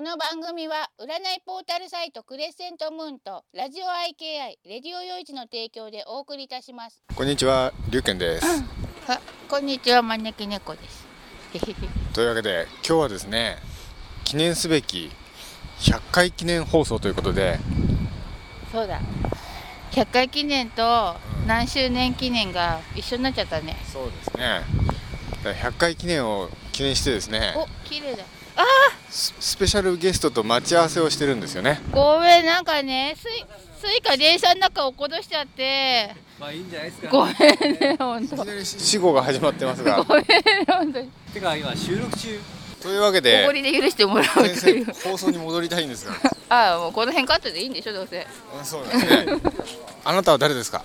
の番組は占いポータルサイトクレッセントムーンとラジオ IKI レディオヨイチの提供でお送りいたしますこんにちは、りゅうけんです。 あこんにちは招き猫です へへへというわけで、今日はですね、記念すべき100回記念放送ということで、そうだ100回記念と何周年記念が一緒になっちゃったねそうですね。100回記念を記念してですね、お綺麗だススペシャルゲストと待ち合わせをしてるんですよね。ごめんなんかねスイスイカ電車の中落っことしちゃ ってまあいいんじゃないですか。ごめんね本い当きなり死後が始まってます がご、めんね本当にてか今収録中。というわけおごで、りで許してもらう先とい生、う放送に戻りたい んですが、ああもうこの辺カットでいいんでしょどうせうんそうですね。 あなたは誰ですか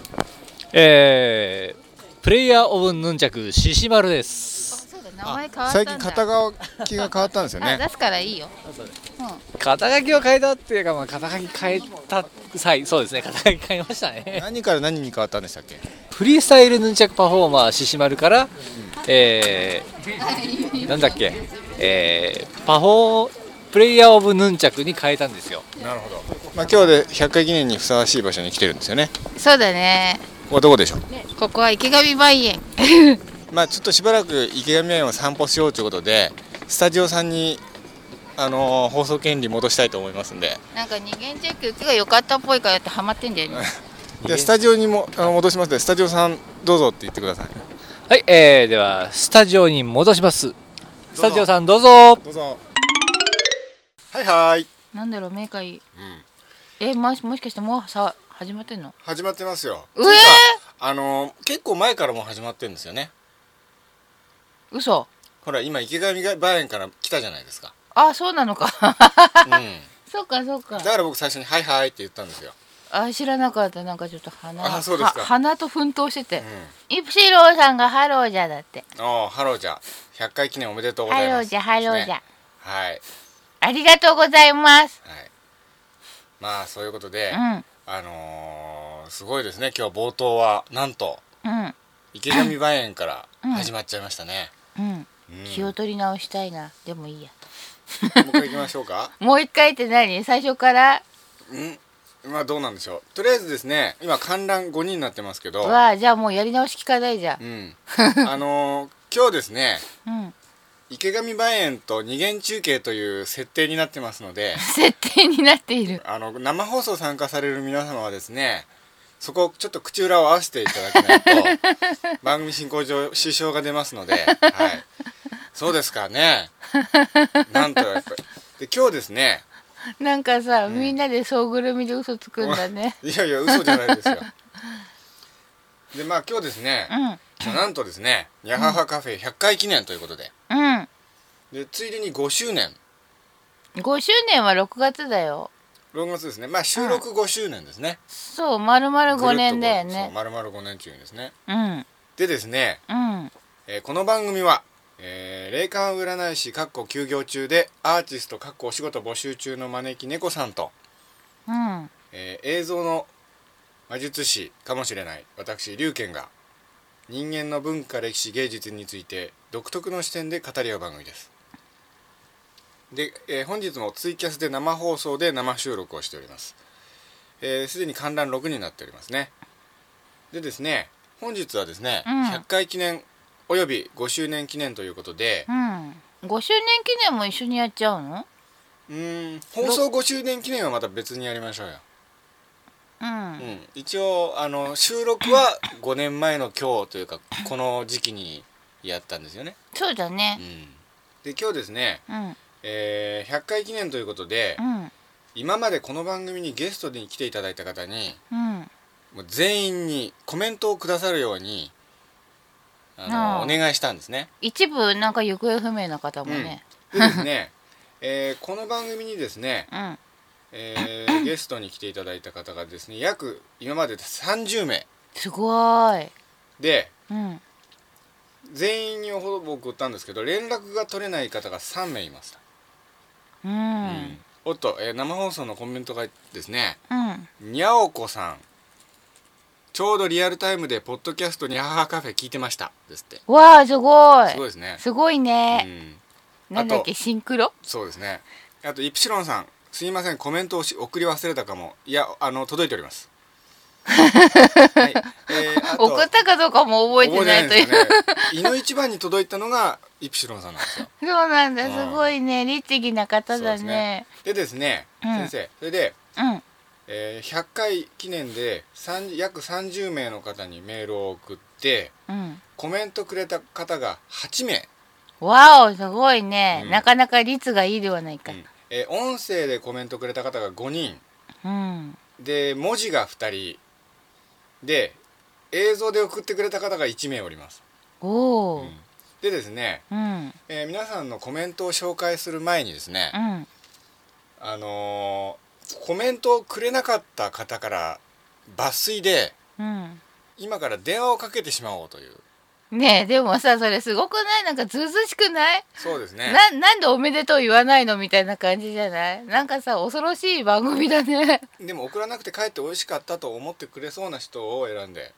えー、プレイヤーオブヌンチャクシシマルです。そうだ名前変わったん最だ近肩書きが変わったんですよあね。出すからいいよ肩書きを変えたっていうかまあ肩書き変えた際そうですね肩書き変えましたね。何から何に変わったんでしたっけフリースタイルヌンチャクパフォーマーシシマルから、えー、なんだっけ、えー、パフォープレイヤーオブヌンチャクに変えたんですよ。なるほど。まあ今日で100回記念にふさわしい場所に来てるんですよね。そうだねここはどこでしょうここは池上梅園まあちょっとしばらく池上園を散歩しようということでスタジオさんにあのー放送権利戻したいと思いますんでなんか二元チェックうちが良かったっぽいからってハマってんだよねでスタジオにもあの戻しますのでスタジオさんどうぞって言ってくださいはい、えー、ではスタジオに戻します。スタジオさんどうぞ。どうぞはい はいなんだろうメーカーいい、えもしもしかしてもうさ始まってんの始まってますようえつーいかあのー結構前からもう始まってるんですよね嘘ほら今池上が梅園から来たじゃないで すか、あそうなのか うん、そうかそうかだから僕最初に「はいはい」って言ったんですよ、あ知らなかったなんかちょっと鼻あそうですかは鼻と奮闘しててうん、イプシローさんがハローじゃだってああハローじゃ100回記念おめでとうごハざロいまーすじゃハローじゃ、ねはいありがとうございますはいまあそういうことで、うんあのーすごいですね今日冒頭はなんとうん池上梅園から始まっちゃいましたね、うんうん気を取り直したいなでもいいやもう一回行きましょうかもう一回って何最初からうんまあどうなんでしょうとりあえずですね今観覧5人になってますけどわあじゃあもうやり直し聞かないじゃんうんあのー今日ですねうん池上梅園と二元中継という設定になってますので設定になっているあの生放送参加される皆様はですねそこをちょっと口裏を合わせていただけないと番組進行上支障が出ますので、はい、そうですかねなんとやっぱりで今日ですね なんかさ、みんなで総ぐるみで嘘つくんだねいやいや嘘じゃないですよでまあ今日ですねう、んなんとですね「にゃははカフェ100回記念」ということで うんでついでに5周年5周年は6月だよ6月ですねまあ収録5周年ですね、そうまるまるぐるっと5年だよそうね丸々5年中にですねうんでですねうんえーこの番組は、えー霊感占い師かっこ休業中でアーティストかっこお仕事募集中の招き猫さんと、うんえー映像の魔術師かもしれない私龍賢が人間の文化歴史芸術について独特の視点で語り合う番組ですで、えー本日もツイキャスで生放送で生収録をしておりますすで、えー既に観覧6になっておりますねでですね本日はですね、うん100回記念および5周年記念ということで、うん5周年記念も一緒にやっちゃうのうーん放送5周年記念はまた別にやりましょうよ、うん、うん、一応あの収録は5年前の今日というかこの時期にやったんですよね、そうだうねん、で今日ですね、うんえー100回記念ということでうん今までこの番組にゲストに来ていただいた方にうんもう全員にコメントをくださるようにあのあおー願いしたんですね一部なんか行方不明な方もねでですね、 えーこの番組にですね、うんえーゲストに来ていただいた方がですね約今までで30名すごーいでうん全員にほぼ送ったんですけど連絡が取れない方が3名いました、ううんおっと、えー生放送のコメントがですねうんにゃおこさんちょうどリアルタイムでポッドキャストに母カフェ聞いてましたですってわあすごいすごいですねすごいうね、んなんだっけあシンクロそうですねあとイプシロンさんすいませんコメントをし送り忘れたかもいやあの届いております、はいえーあと 送ったかどうかも覚えてないという。覚えてないですねいの一番に届いたのがイプシロンさんなんですよ そうなんだ、うんすごいね、律儀な方そうだですね。でですね、うん先生それで、うん、えー100回記念で3約30名の方にメールを送ってうん。コメントくれた方が8名、わお、すごいね、うんなかなか率がいいではないか。えー音声でコメントくれた方が5人うん。で文字が2人で映像で送ってくれた方が1名おります、おうおん。でですね、うん。えー皆さんのコメントを紹介する前にですねう、ん。あのーコメントをくれなかった方から抜粋でうん。今から電話をかけてしまおうというねえ、でもさ、それすごくないなんかずうずうしくないそうです ねななんでおめでとう言わないのみたいな感じじゃないなんかさ恐ろしい番組だ ねでも送らなくて帰って美味しかったと思ってくれそうな人を選んで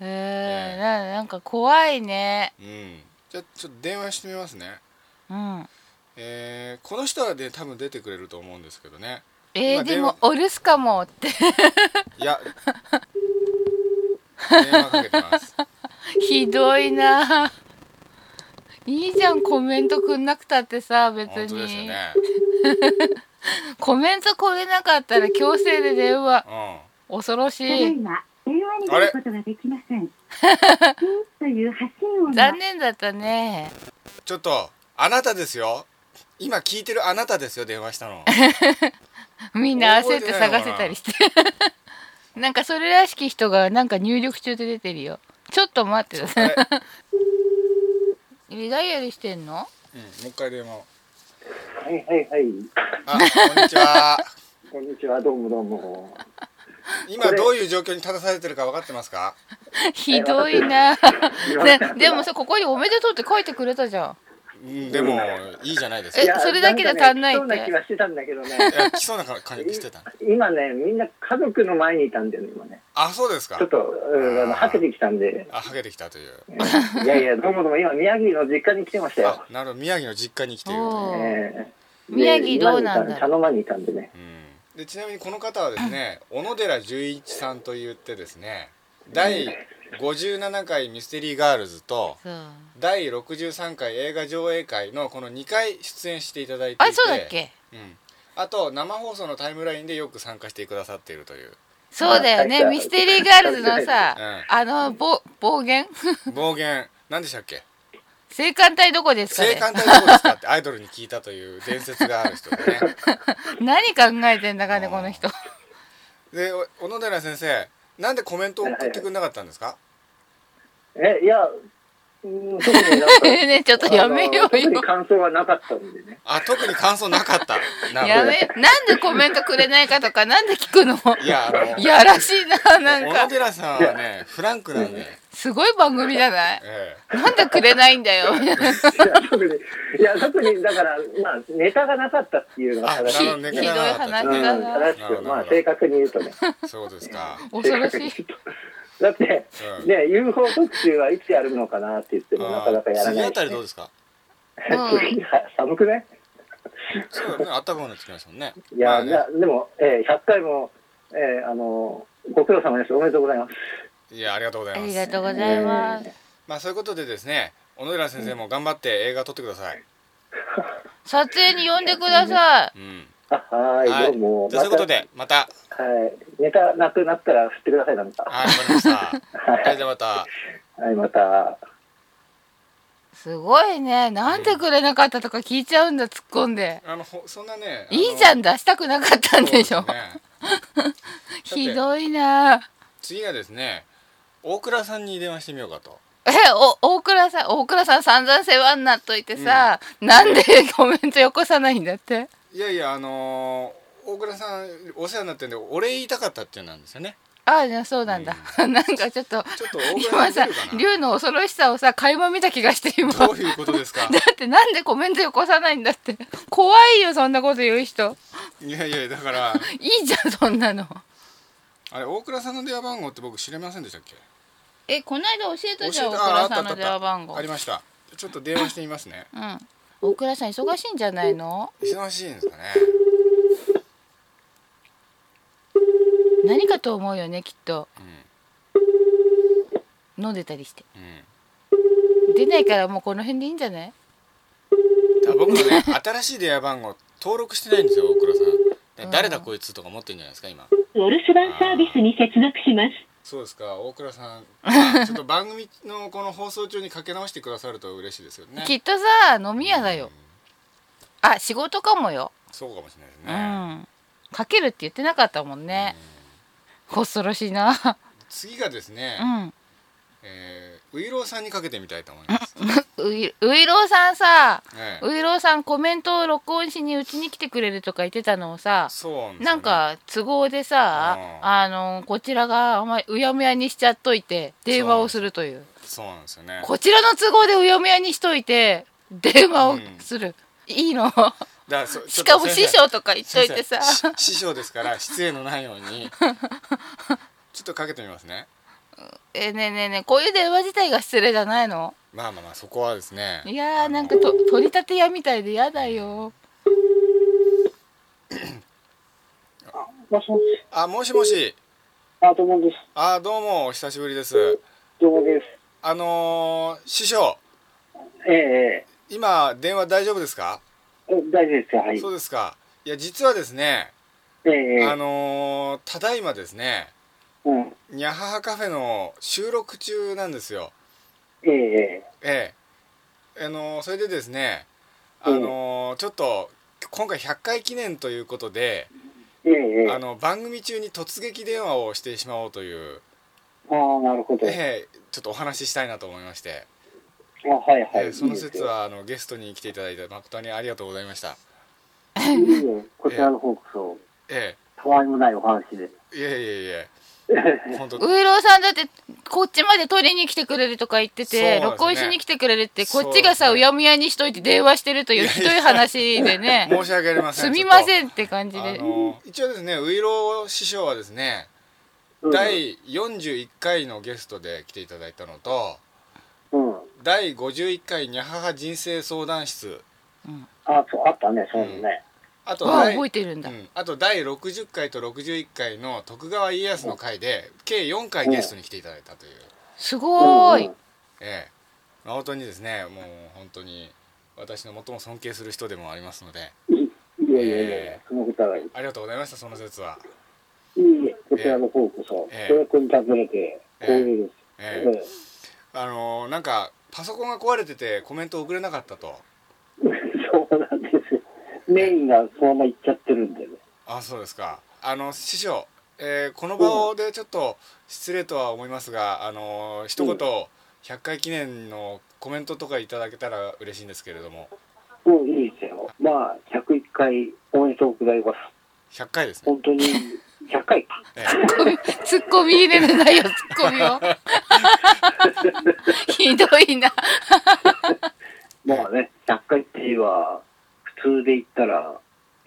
えー、えななんか怖いねうんじゃあちょっと電話してみますねうんえーこの人はね多分出てくれると思うんですけどねえまあー、で電も話お留守かもって いや電話かけてますひどいないいじゃんコメントくんなくたってさ別本当ですよに、ねコメントくれなか ったら強制で電話う恐ろしただいいま 電話に出ることができません。ピンという発信音が残念だったねんちょっとあなたですよ今聞いてるあなたですよ電話した のみんな焦っ覚えててないのかな探せたりしてなんかそれらしき人がなんか入力中で出てるよちょっと待ってくだあさい れ、リダイヤルしてんのうん、もう一回電話をはいはいはい。あこんにちは こんにちは、どうもどうも。今どういう状況に立たされてるか分かってますかひどいなわねかった でもさここに「おめでとう」って書いてくれたじゃんうんでもいいじゃないですかえいやそれだけじゃ足んないってんかねそうな気はしてたんだけど ね。いや来そうな感じしてた今ね、みんな家族の前にいたんだよね、今ね。 あそうですかちょっと、うん、あの、はけてきたん で。あはげてきたといういやいや、どうもどうも、今、宮城の実家に来てましたよあ。なるほど宮城の実家に来ているというおーええ宮城どうなんだ今ろうにいた茶の間にいたんでね。うんでちなみにこの方はですね小野寺純一さんといってですね第57回ミステリーガールズとそう第63回映画上映会のこの2回出演していただいていてあそうだっけうん、あと生放送のタイムラインでよく参加してくださっているという、そうだよあねミステリーガールズのさ、うんあの暴暴言 暴言何でしたっけ青函隊どこですか性ね感帯どこですかってアイドルに聞いたという伝説がある人でね 何考えてんだかねこの人でお小野寺先生なんでコメントを送ってくれなかったんですかえ、いや、うん、特になんか。 ねちょっとやめよあのう特よに感想はなかったんでね。あ特に感想なか ったなやるめなんでコメントくれないかとかなんで聞くのほどいやあのやらしいななん小野か寺さんはねフランクなんで、すごい番組じゃないえなんでくれないんだ よみたいないや、特に、いや、特に、だから、まあ、ネタがなかったっていうのがあ正しないるほどねひどい話うん、だな正しく、まあ、正確に言うとね。えそうですか 恐ろしいだって、うんね、UFO 特集はいつやるのかなって言っても、なかなかやら次ないあ。たりどうです かうん次は寒くないそうだねあったかくなってきましたもんねいや、まあねなでも、えー100回も、えーあの、ご苦労様です。おめでとうございます。 いやありがとうござあいまりすがとうございます、まあそういうことでですね小野寺先生も頑張って映画撮ってください、撮影に呼んでくださいうん、あはーい、はいどうも。じゃあそういうことでまたまた。はい。ネタなくなったら振ってください、なんか。はいわかり ましたはいじゃあまたはい、また。すごいねなんでくれなかったとか聞いちゃうんだ突っ込んであのほそんなねいいじゃんん出したくなかったんでしょ、 ひどいな次がですね大倉さんに電話してみようかとえお大倉さん大倉さん散々世話になっといてさ、なんでコメントよこさないんだっていやいやあのー大倉さんお世話になってんでお礼言いたかったっていうのなんですよねああじゃあそうなんだ、なんかちょっとちょっと大倉今ささん出るかな龍の恐ろしさをさ垣間見た気がして今どういうことですか だってなんでコメントよこさないんだって怖いよそんなこと言う人いやいやだからいいじゃんそんなのあれ大倉さんの電話番号って僕知れませんでしたっけえこの間教えたじゃん大教えてあ倉あったさんあのった電話番号ありましたちょっと電話してみますねうん大倉さん忙しいんじゃないの忙しいんですかね何かと思うよねきっとう飲んでたりしてんうん出ないからもうこの辺でいいんじゃないだから僕もね新しい電話番号登録してないんですよ大倉さんだから誰だうんこいつとか持ってるんじゃないですか今お留守番サービスに接続します。そうですか大倉さんちょっと番組のこの放送中にかけ直してくださると嬉しいですよねきっとさ飲み屋だよあ仕事かもよそうかもしれないですうね、んかけるって言ってなかったもんね恐ろしいな次がですね、うんえー、ウイローさんにかけてみたいと思います、 ういウイローさんさええウイローさんコメントを録音しにうちに来てくれるとか言ってたのをさそうなんですよねなんか都合でさうんあのこちらがあんまりうやむやにしちゃっといて電話をするというそうなんですよねこちらの都合でうやむやにしといて電話をする、いいのだらそしかもちょ師っと先生匠とか言っといてさ先生し師匠ですから失礼のないよう にちょっとかけてみますねえねえねえねえこういう電話自体が失礼じゃないのまあまあまあそこはですねいやあーのなんかと取り立て屋みたいでやだよもしもし、あもしもしアートモンです。あどうもお久しぶりですどうもです。あのー、師匠え今電話大丈夫ですか、えええ大丈夫ですよ、はい。そうですかいや実はですね、ええあのー、ただいまですねうん。にゃははカフェの収録中なんですよええええあのーそれでですねあのーちょっと今回100回記念ということで、えええあの番組中に突撃電話をしてしまおうという、ああ、なるほど。ええちょっとお話ししたいなと思いまして、あはいはい。ええその説いはあのゲストに来ていただいて誠にありがとうございましたいですよ。いい えこちらの方こそ、えたわいもないお話で。えいえいえいえ 本当ウイローさんだってこっちまで取りに来てくれるとか言ってそうなんて、ですね録音しに来てくれるってこっちがさそううですねやむやにしといて電話してるというひどい話でね 申し訳ありませんすみまんせんって感じあでの一応ですねウイロー師匠はですね、うん、第41回のゲストで来ていただいたのとうん。第51回にゃはは人生相談室あ、そう、あったね、そういうのね。あとあ第覚えてるんだうん、あと第60回と61回の徳川家康の回で計4回ゲストに来ていただいたという、すごーい、うんええ誠にですねもう本当に私の最も尊敬する人でもありますのでいやいやいやいや、そのことはいい。ありがとうございましたその説は、いいえ、こちらの方こそ、ええお役に立てれて、光栄です。 ええええあのーなんかパソコンが壊れててコメント送れなかったとそうなんですよ。メインがそのまま行っちゃってるんでね。あそうですかあの師匠、えーこの場をでちょっと失礼とは思いますがあのー一言うん100回記念のコメントとかいただけたら嬉しいんですけれどももういいですよ。まあ、101回おめでとうございます。 100回ですね、本当に、100回か。ええツッコミ入れるないよツッコミ をひどいな まあね、100回って言えば、普通で言ったら、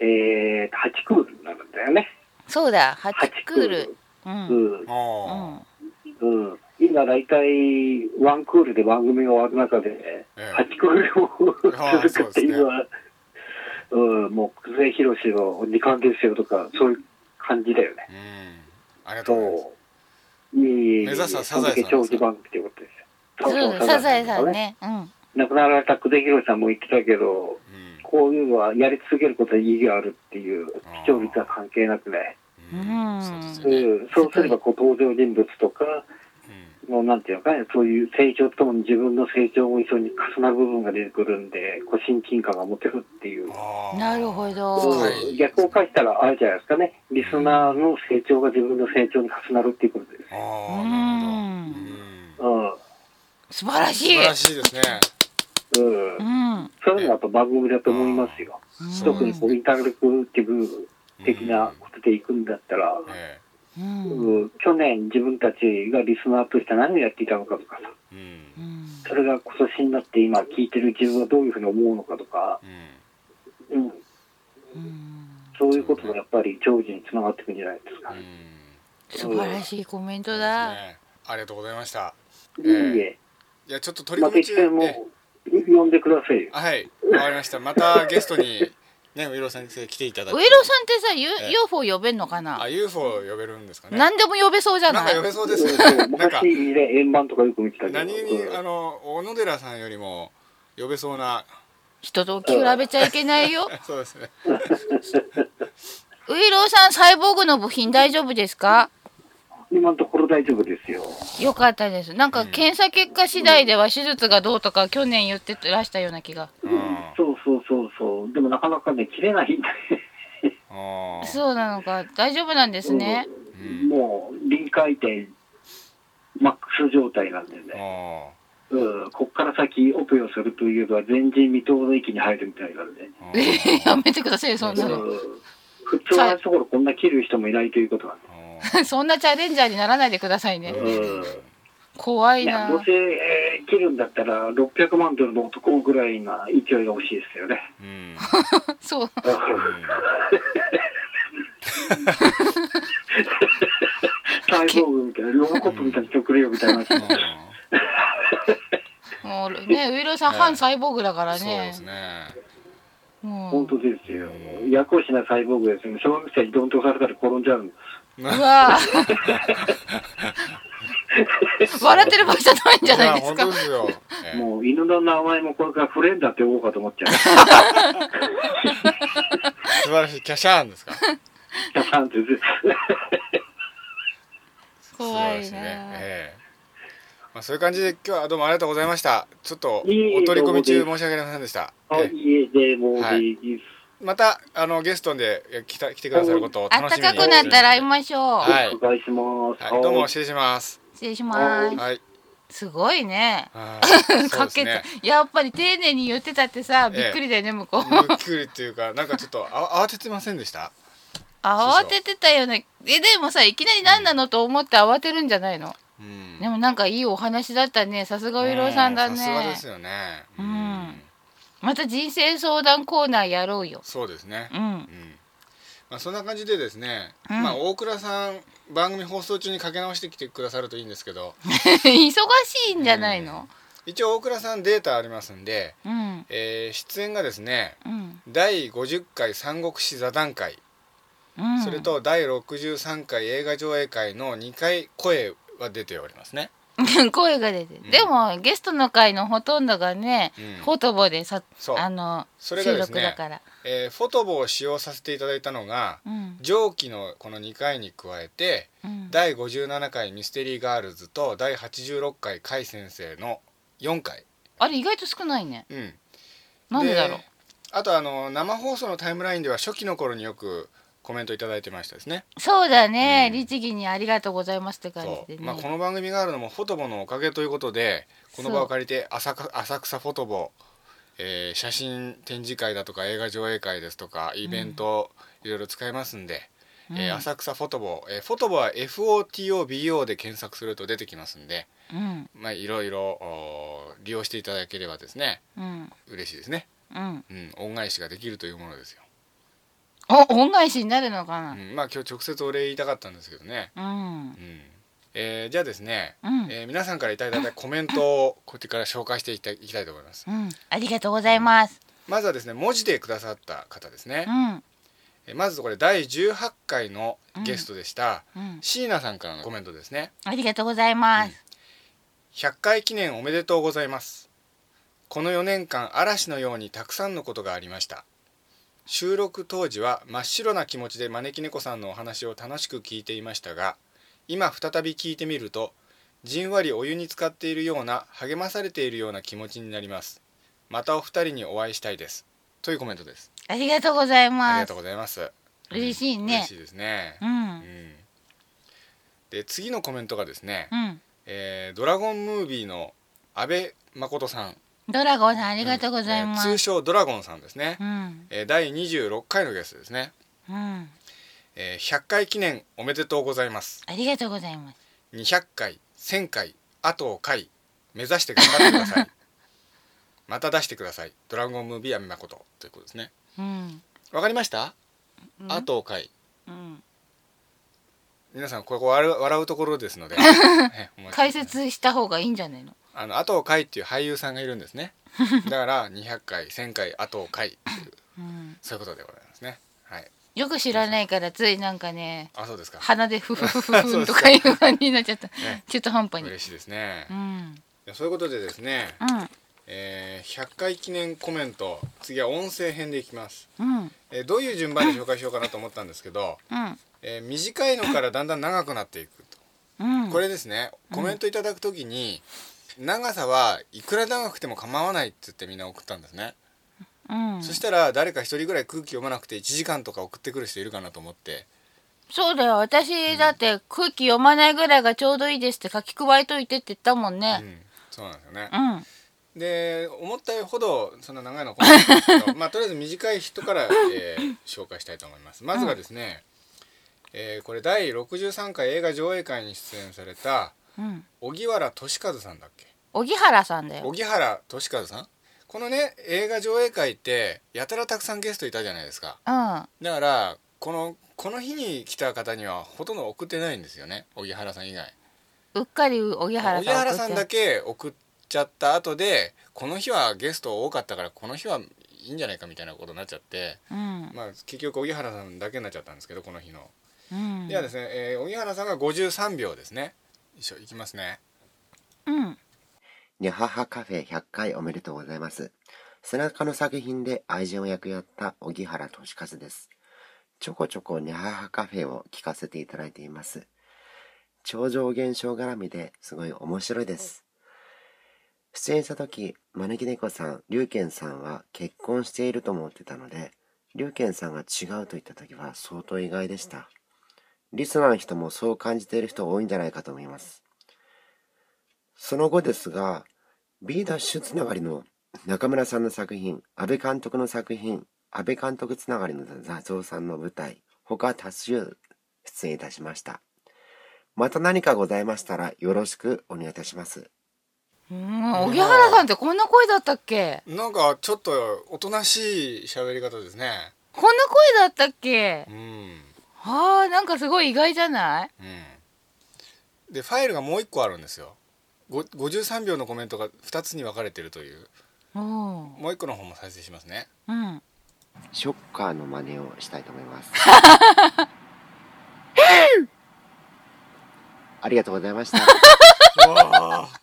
えー、8クールになるんだよね。そうだ8 8ククールール。うう、んん。うあん、うん。今、だいたい、ワンクールで番組が終わる中で、ええ8クールを ああ続くっていうのは、うん、もう、久世宏の時間ですよとか、そういう感じだよね。あ、うん、ありがとうございます。そう。目目指すはサザエさんですか長期番組ってことですよ。そうだサザエさん。ねうん亡くなられた久手宏さんも言ってたけど、うんこういうのはやり続けることに意義があるっていうあー、視聴率は関係なくね。うんそうですうよね。うんん、そうすればこう登場人物とか、のなんていうのかね、そういう成長とともに自分の成長も一緒に重なる部分が出てくるんで、こう親近感が持てるっていう。あーなるほど、はういん逆を返したらあれじゃないですかね。リスナーの成長が自分の成長に重なるっていうことです。あーなるほどううんうん。素晴らし素い晴らしいですね。うんうんそういうのはやっぱ番組だと思いますよ。うん特にこうインタラクティブ的なことで行くんだったら、えうんうん去年自分たちがリスナーとして何をやっていたのかとかさ、えうんうんそれが今年になって今聞いてる自分はどういうふうに思うのかとか、うんうん、うんそういうことがやっぱり長寿につながっていくんじゃないですか。うん素晴らしいコメントそうですだ。ねありがとうございました。いいえ、いやちょっと取りまた組み一中回もで、呼んでくださいよ。はい。わかりましたまたゲストにねウイロ先生来ていただいウてイロさんってさ、U ええ UFO 呼べんのかなあ UFO 呼べるんですかね何でも呼べそうじゃなんないか呼べそうですねそうなんか昔にね、円盤とかよく見てたけど。何にうんあの小野寺さんよりも呼べそうな人と比べちゃいけないよ。 そうですねウイロさん、サイボーグの部品大丈夫ですか 今のところ大丈夫ですよ。よかったです。なんか検査結果次第では手術がどうとか去年言ってらしたような気が。うんそうそうそうそう。でもなかなかね、切れないんだね。あー そうなのか。大丈夫なんですね。うんもう臨界点、マックス状態なんでね、あうん、こっから先オペをするというよりは前人未到の域に入るみたいなんで、ーあ やーめてくださいよ、そうんなんの。普通のところこんな切る人もいないということなんで、あそんなチャレンジャーにならないでくださいね。うん怖いいやな。どうせ、えー切るんだったら600万ドルの男ぐらいな勢いが欲しいですよね。ーうん そう。サイボーグみたいな、ロボコップみたいな人くれよみたいな話。うもうね、ウイロさん、ええ反サイボーグだからんそうでねす。ねもう本当ですよ。夜行しなサイボーグですね。小学生にどんと押されたら転んじゃうんですうわぁ笑ってる場合じゃないんじゃないです本か当。ですよええもう犬の名前もこれからフレンダって呼ぼうかと思っちゃう。 素晴らしいキャシャーンですか キャサンってず怖い素晴らしなね。ええまあそういう感じで今日はどうもありがとうございました。ちょっとおいえいえ取り込みど中うも申し訳ありませんでした。あ、ええいえ、でも、はいいいですまたあのゲストでえ来た来てくださることをあっ楽たしみにかくなったら会いましょう。はいお願いします。はい、どうも失礼します。失礼します。はい。すごいね。 はいかけた、やっぱり丁寧に言ってたってさ、えびえっくりだよね、向こう。ゆっくりっていうかなんかちょっとあ慌ててませんでした。慌ててたよね。え、でもさ、いきなり何なのと思って慌てるんじゃないのうん。でもなんかいいお話だったね。さすがウイロさんだうさすがでね。すよね。うんまた人生相談コーナーやろうよ。 そうですねう。んう。ん。まあそんな感じでですね。うんまあ大倉さん番組放送中にかけ直してきてくださるといいんですけど、忙しいんじゃないの一応大倉さんデータありますんで。うん。えー出演がですねうん。第50回三国志座談会、うん。それ。と第63回映画上映会の2回声は出ておりますね 声が出てる、でもゲストの回のほとんどがね、うんフォトボでさそうあのそれがです収ね録だから、えーフォトボを使用させていただいたのがうん上記のこの2回に加えてうん、第57回ミステリーガールズと第86回甲斐先生の4回、あれ意外と少ないねうん、なんでだろうあとあの生放送のタイムラインでは初期の頃によくコメントいただいてましたですねそうだね、うん律儀にありがとうございますって感じそうでね、まあ、この番組があるのもフォトボのおかげということでこの場そをう借りて浅か浅草フォトボ、えー写真展示会だとか映画上映会ですとかイベント、いろいろ使えますんで、えー浅草フォトボ、えーフォトボは FOTOBO で検索すると出てきますんで、うんまあ、いろいろおー利用していただければですねうん嬉しいですね、うんうん、恩返しができるというものですよ、お恩返しになるのかう、なんまあ今日直接お礼言いたかったんですけどね、うんうんえーじゃあですねうん、えー皆さんからいただいたコメント をこっちから紹介していきたいいきたいと思いますうん、ありがとうございますまずはですね文字でくださった方ですねう、んえーまずこれ第18回のゲストでした、うん椎名さんからのコメントですねありがとうございます、 100回記念おめでとうございますこの4年間嵐のようにたくさんのことがありました収録当時は真っ白な気持ちで招き猫さんのお話を楽しく聞いていましたが今再び聞いてみるとじんわりお湯に浸かっているような励まされているような気持ちになりますまたお二人にお会いしたいですというコメントですありがとうございありまがすとうございます嬉しい嬉ねしいですねううんんで次のコメントがですね、うんえードラゴンムービーの阿部誠さんドラゴンさんありがとうございまえーす、通称ドラゴンさんですね、うんえー第26回のゲストですね、うん、えー100回記念おめでとうございますありがとうございます。 200回1000回あと回目指して頑張ってくだ さいまた出してくださいドラゴンムービーやめまことということですねうん、わかりました、んあと回うん、皆さんここ笑う笑うとこ ろですので、ね思いっきり解説した方がいいんじゃないの。 あのあと回っていう俳優さんがいるんですねだから200回1000回後を回っていううんそういうことでございますねはいよく知らないからついなんかねあそうですか鼻でフフフフンとかいう感じになっちゃった ね中途半端に嬉しいですねう、んいやそういうことでですね、うんえー100回記念コメント次は音声編でいきます、うんえーどういう順番で紹介しようかなと思ったんですけど、うんえー短いのからだんだん長くなっていくとうんこれですねコメントいただくときに、長さはいくら長くても構わないって言ってみんな送ったんですね、うんそしたら誰か一人ぐらい空気読まなくて1時間とか送ってくる人いるかなと思ってそうだよ私だって空気読まないぐらいがちょうどいいですって書き加えといてって言ったもんうねん、そうなんですよねう、んで思ったほどそんな長いのは来ないんですけど まあとりあえず短い人から、えー紹介したいと思いますまずがですね、えーこれ第63回映画上映会に出演されたうん荻原俊和さんだっけ荻原さんだよ荻原俊和さんこのね映画上映会ってやたらたくさんゲストいたじゃないですかうんだからこのこの日に来た方にはほとんど送ってないんですよね荻原さん以外うっかり荻原さん荻原さんだけけ送っちゃった後でこの日はゲスト多かったからこの日はいいんじゃないかみたいなことになっちゃって、うんまあ、結局荻原さんだけになっちゃったんですけどこの日の、うんではですね、えー、荻原さんが53秒ですね一緒いきますねうんにゃははカフェ100回おめでとうございます。背中の作品で愛人を役やった荻原俊和です。ちょこちょこにゃははカフェを聞かせていただいています。超常現象絡みですごい面白いです。出演した時、招き猫さん、龍賢さんは結婚していると思ってたので、龍賢さんが違うと言った時は相当意外でした。リスナーの人もそう感じている人多いんじゃないかと思います。その後ですが、B ダッシュつながりの中村さんの作品、安倍監督の作品、安倍監督つながりの座像さんの舞台、他多数出演いたしました。また何かございましたらよろしくお願いいたします。うん荻原さんってこんな声だったっけなんかちょっとおとなしい喋り方ですねこんな声だったっけうんあーなんかすごい意外じゃないうんでファイルがもう一個あるんですよご53秒のコメントが2つに分かれてるといううんもう一個の方も再生しますねうんショッカーの真似をしたいと思い ます。ありがとうございました。わあ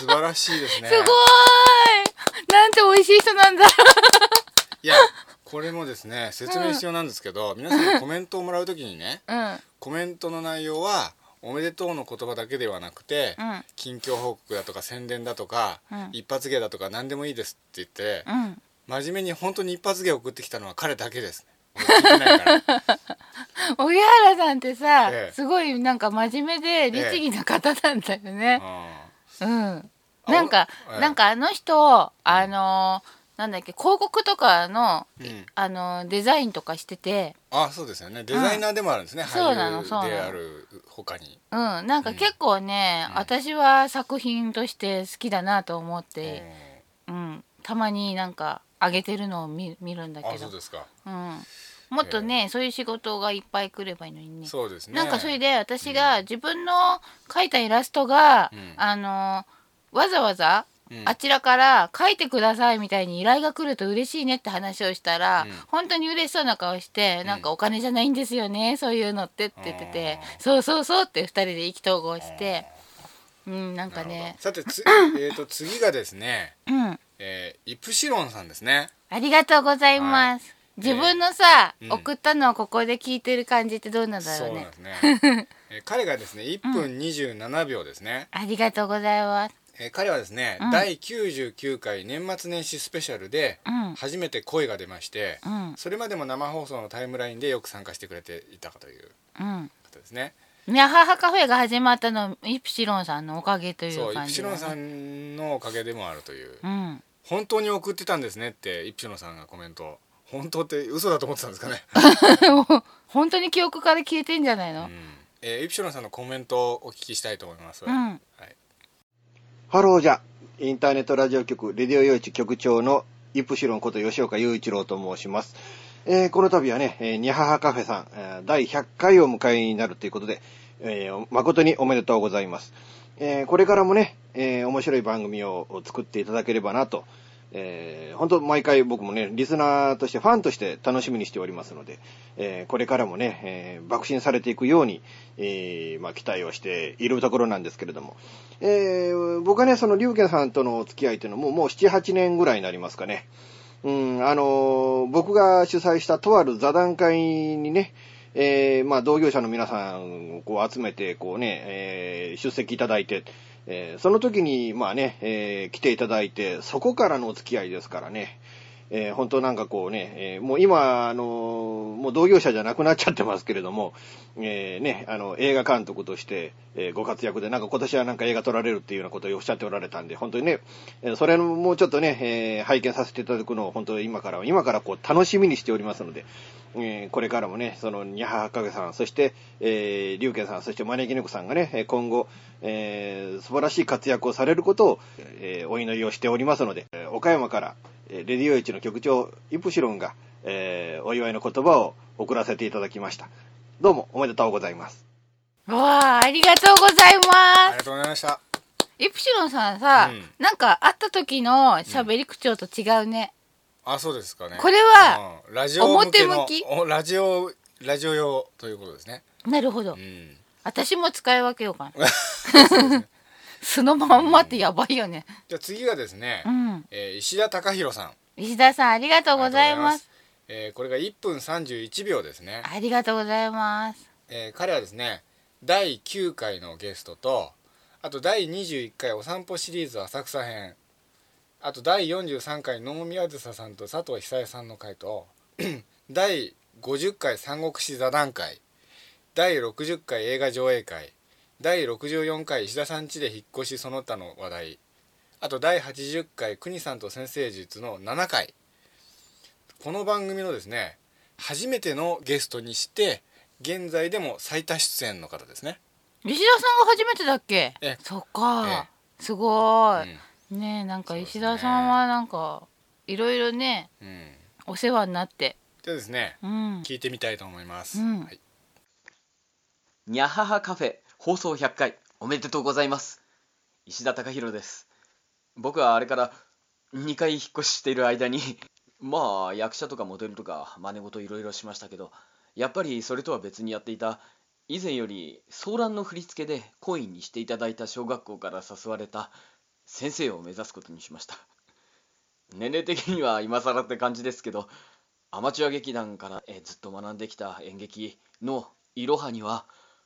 素晴らしいですねすごーい なんて美味しい人なんだいやこれもですね説明必要なんですけど、皆さんコメントをもらうときにねうんコメントの内容は「おめでとう」の言葉だけではなくて、うん近況報告だとか宣伝だとか、うん一発芸だとか何でもいいですって言って、うん真面目に本当に一発芸を送ってきたのは彼だけです、ね、俺聞いてないから 荻原さんってさ、ええすごいなんか真面目で律儀な方なんだよね、うんなんか、ええなんかあの人あのーなんだっけ広告とかの、うんうんあのーデザインとかしててあそうですよねデザイナーでもあるんですね、そうなのそうなの俳優である他にうんなんか結構ね、うん私は作品として好きだなと思っうて、んうんたまになんか上げてるのを見見るんだあけそうどですか、うん、もっとね、そういう仕事がいっぱい来ればいいのにねそうですねなんかそれで私が自分の描いたイラストが、うんあのわざわざうんあちらから描いてくださいみたいに依頼が来ると嬉しいねって話をしたら、うん本当に嬉しそうな顔して、なんかお金じゃないんですよねそういうのってって言っててあそうそうそうって2人で意気投合してうんなんなかるほどねさて つ、えー、と次がですね、うんえーイプシロンさんですねありがとうございます、自分のさ、えーうん送ったのをここで聞いてる感じってどうなんだろそううねなんですね、えー彼がですね1分27秒ですね、 ありがとうございますえー彼はですね、うん第99回年末年始スペシャルでうん初めて声が出まして、うんそれまでも生放送のタイムラインでよく参加してくれていたかといううん方ですねニャハハカフェが始まったのイプシロンさんのおかげといそううイ感プじシだねロンさんのおかげでもあるという、うん本当に送ってたんですねってイプシロンさんがコメント本当って嘘だと思ってたんですかね、 本当に記憶から消えてんじゃないうのんえーイプシロンさんのコメントをお聞きしたいと思います、うん、はい、ハローじゃ、インターネットラジオ局、レディオ用地局長のイプシロンこと吉岡雄一郎と申します。えーこの度はね、えー、にゃははカフェさん、えー第100回をお迎えになるということで、えー誠におめでとうございます。えーこれからもね、えー面白い番組を作っていただければなと、えー、本当毎回僕もね、リスナーとして、ファンとして楽しみにしておりますので、えーこれからもね、えー、爆心されていくように、えーまあ、期待をしているところなんですけれども、えー僕はね、その、龍玄さんとのお付き合いというのも、もう7、8年ぐらいになりますかね。うん、あのー僕が主催したとある座談会にね、えーまあ、同業者の皆さんをこう集めて、こうね、えー出席いただいて、えーその時に、まあね、えー来ていただいて、そこからのお付き合いですからね、えー本当なんかこうね、えーもう今、あのーもう同業者じゃなくなっちゃってますけれども、えーね、あの、映画監督として、えーご活躍で、なんか今年はなんか映画撮られるっていうようなことをおっしゃっておられたんで、本当にね、えーそれのもうちょっとね、えー拝見させていただくのを本当今から、今からこう楽しみにしておりますので、えーこれからもね、その、にゃははかげさん、そして、えー、りゅうけんさん、そして、招き猫さんがね、えー今後、えー素晴らしい活躍をされることを、えーお祈りをしておりますので、えー岡山から、えーレディオイチの局長、イプシロンが、えーお祝いの言葉を送らせていただきました。どうも、おめでとうございます。わあ、ありがとうございあまりす。がとうございましたイプシロンさんさ、うんなんか会った時の喋り口調と違うね。あそうですかねこれは、うんラジオ向けの表向きおラジオラジオ用ということですねなるほどう。ん 私も使い分けよう かな。 そのまんまってやばいよね。じゃあ次がですね、うん。えー石田貴弘さん石田さん、ありがとうございます。ありがとうございますえーこれが1分31秒ですね、ありがとうございます。えー彼はですね第9回のゲストとあと第21回お散歩シリーズ浅草編あと第43回能見あずささんと佐藤久恵さんの回と 第50回三国志座談会第60回映画上映会第64回石田さん家で引っ越しその他の話題あと第80回国さんと先生術の7回この番組のですね初めてのゲストにして現在でも最多出演の方ですね、石田さんが初めてだっけええそっか。すごうーんい。ねえ、なんかそうで石すね田さんはなんか、いろいろね、うん、お世話になって。じゃあですねうん。聞いてみたいと思います、うんはい、にゃははカフェ放送100回おめでとうございます石田貴弘です僕はあれから2回引っ越ししている間に まあ役者とかモデルとか真似事いろいろしましたけどやっぱりそれとは別にやっていた以前より騒乱の振り付けで懇意にしていただいた小学校から誘われた先生を目指すことにしました 年齢的には今更って感じですけどアマチュア劇団からえーずっと学んできた演劇のいろはには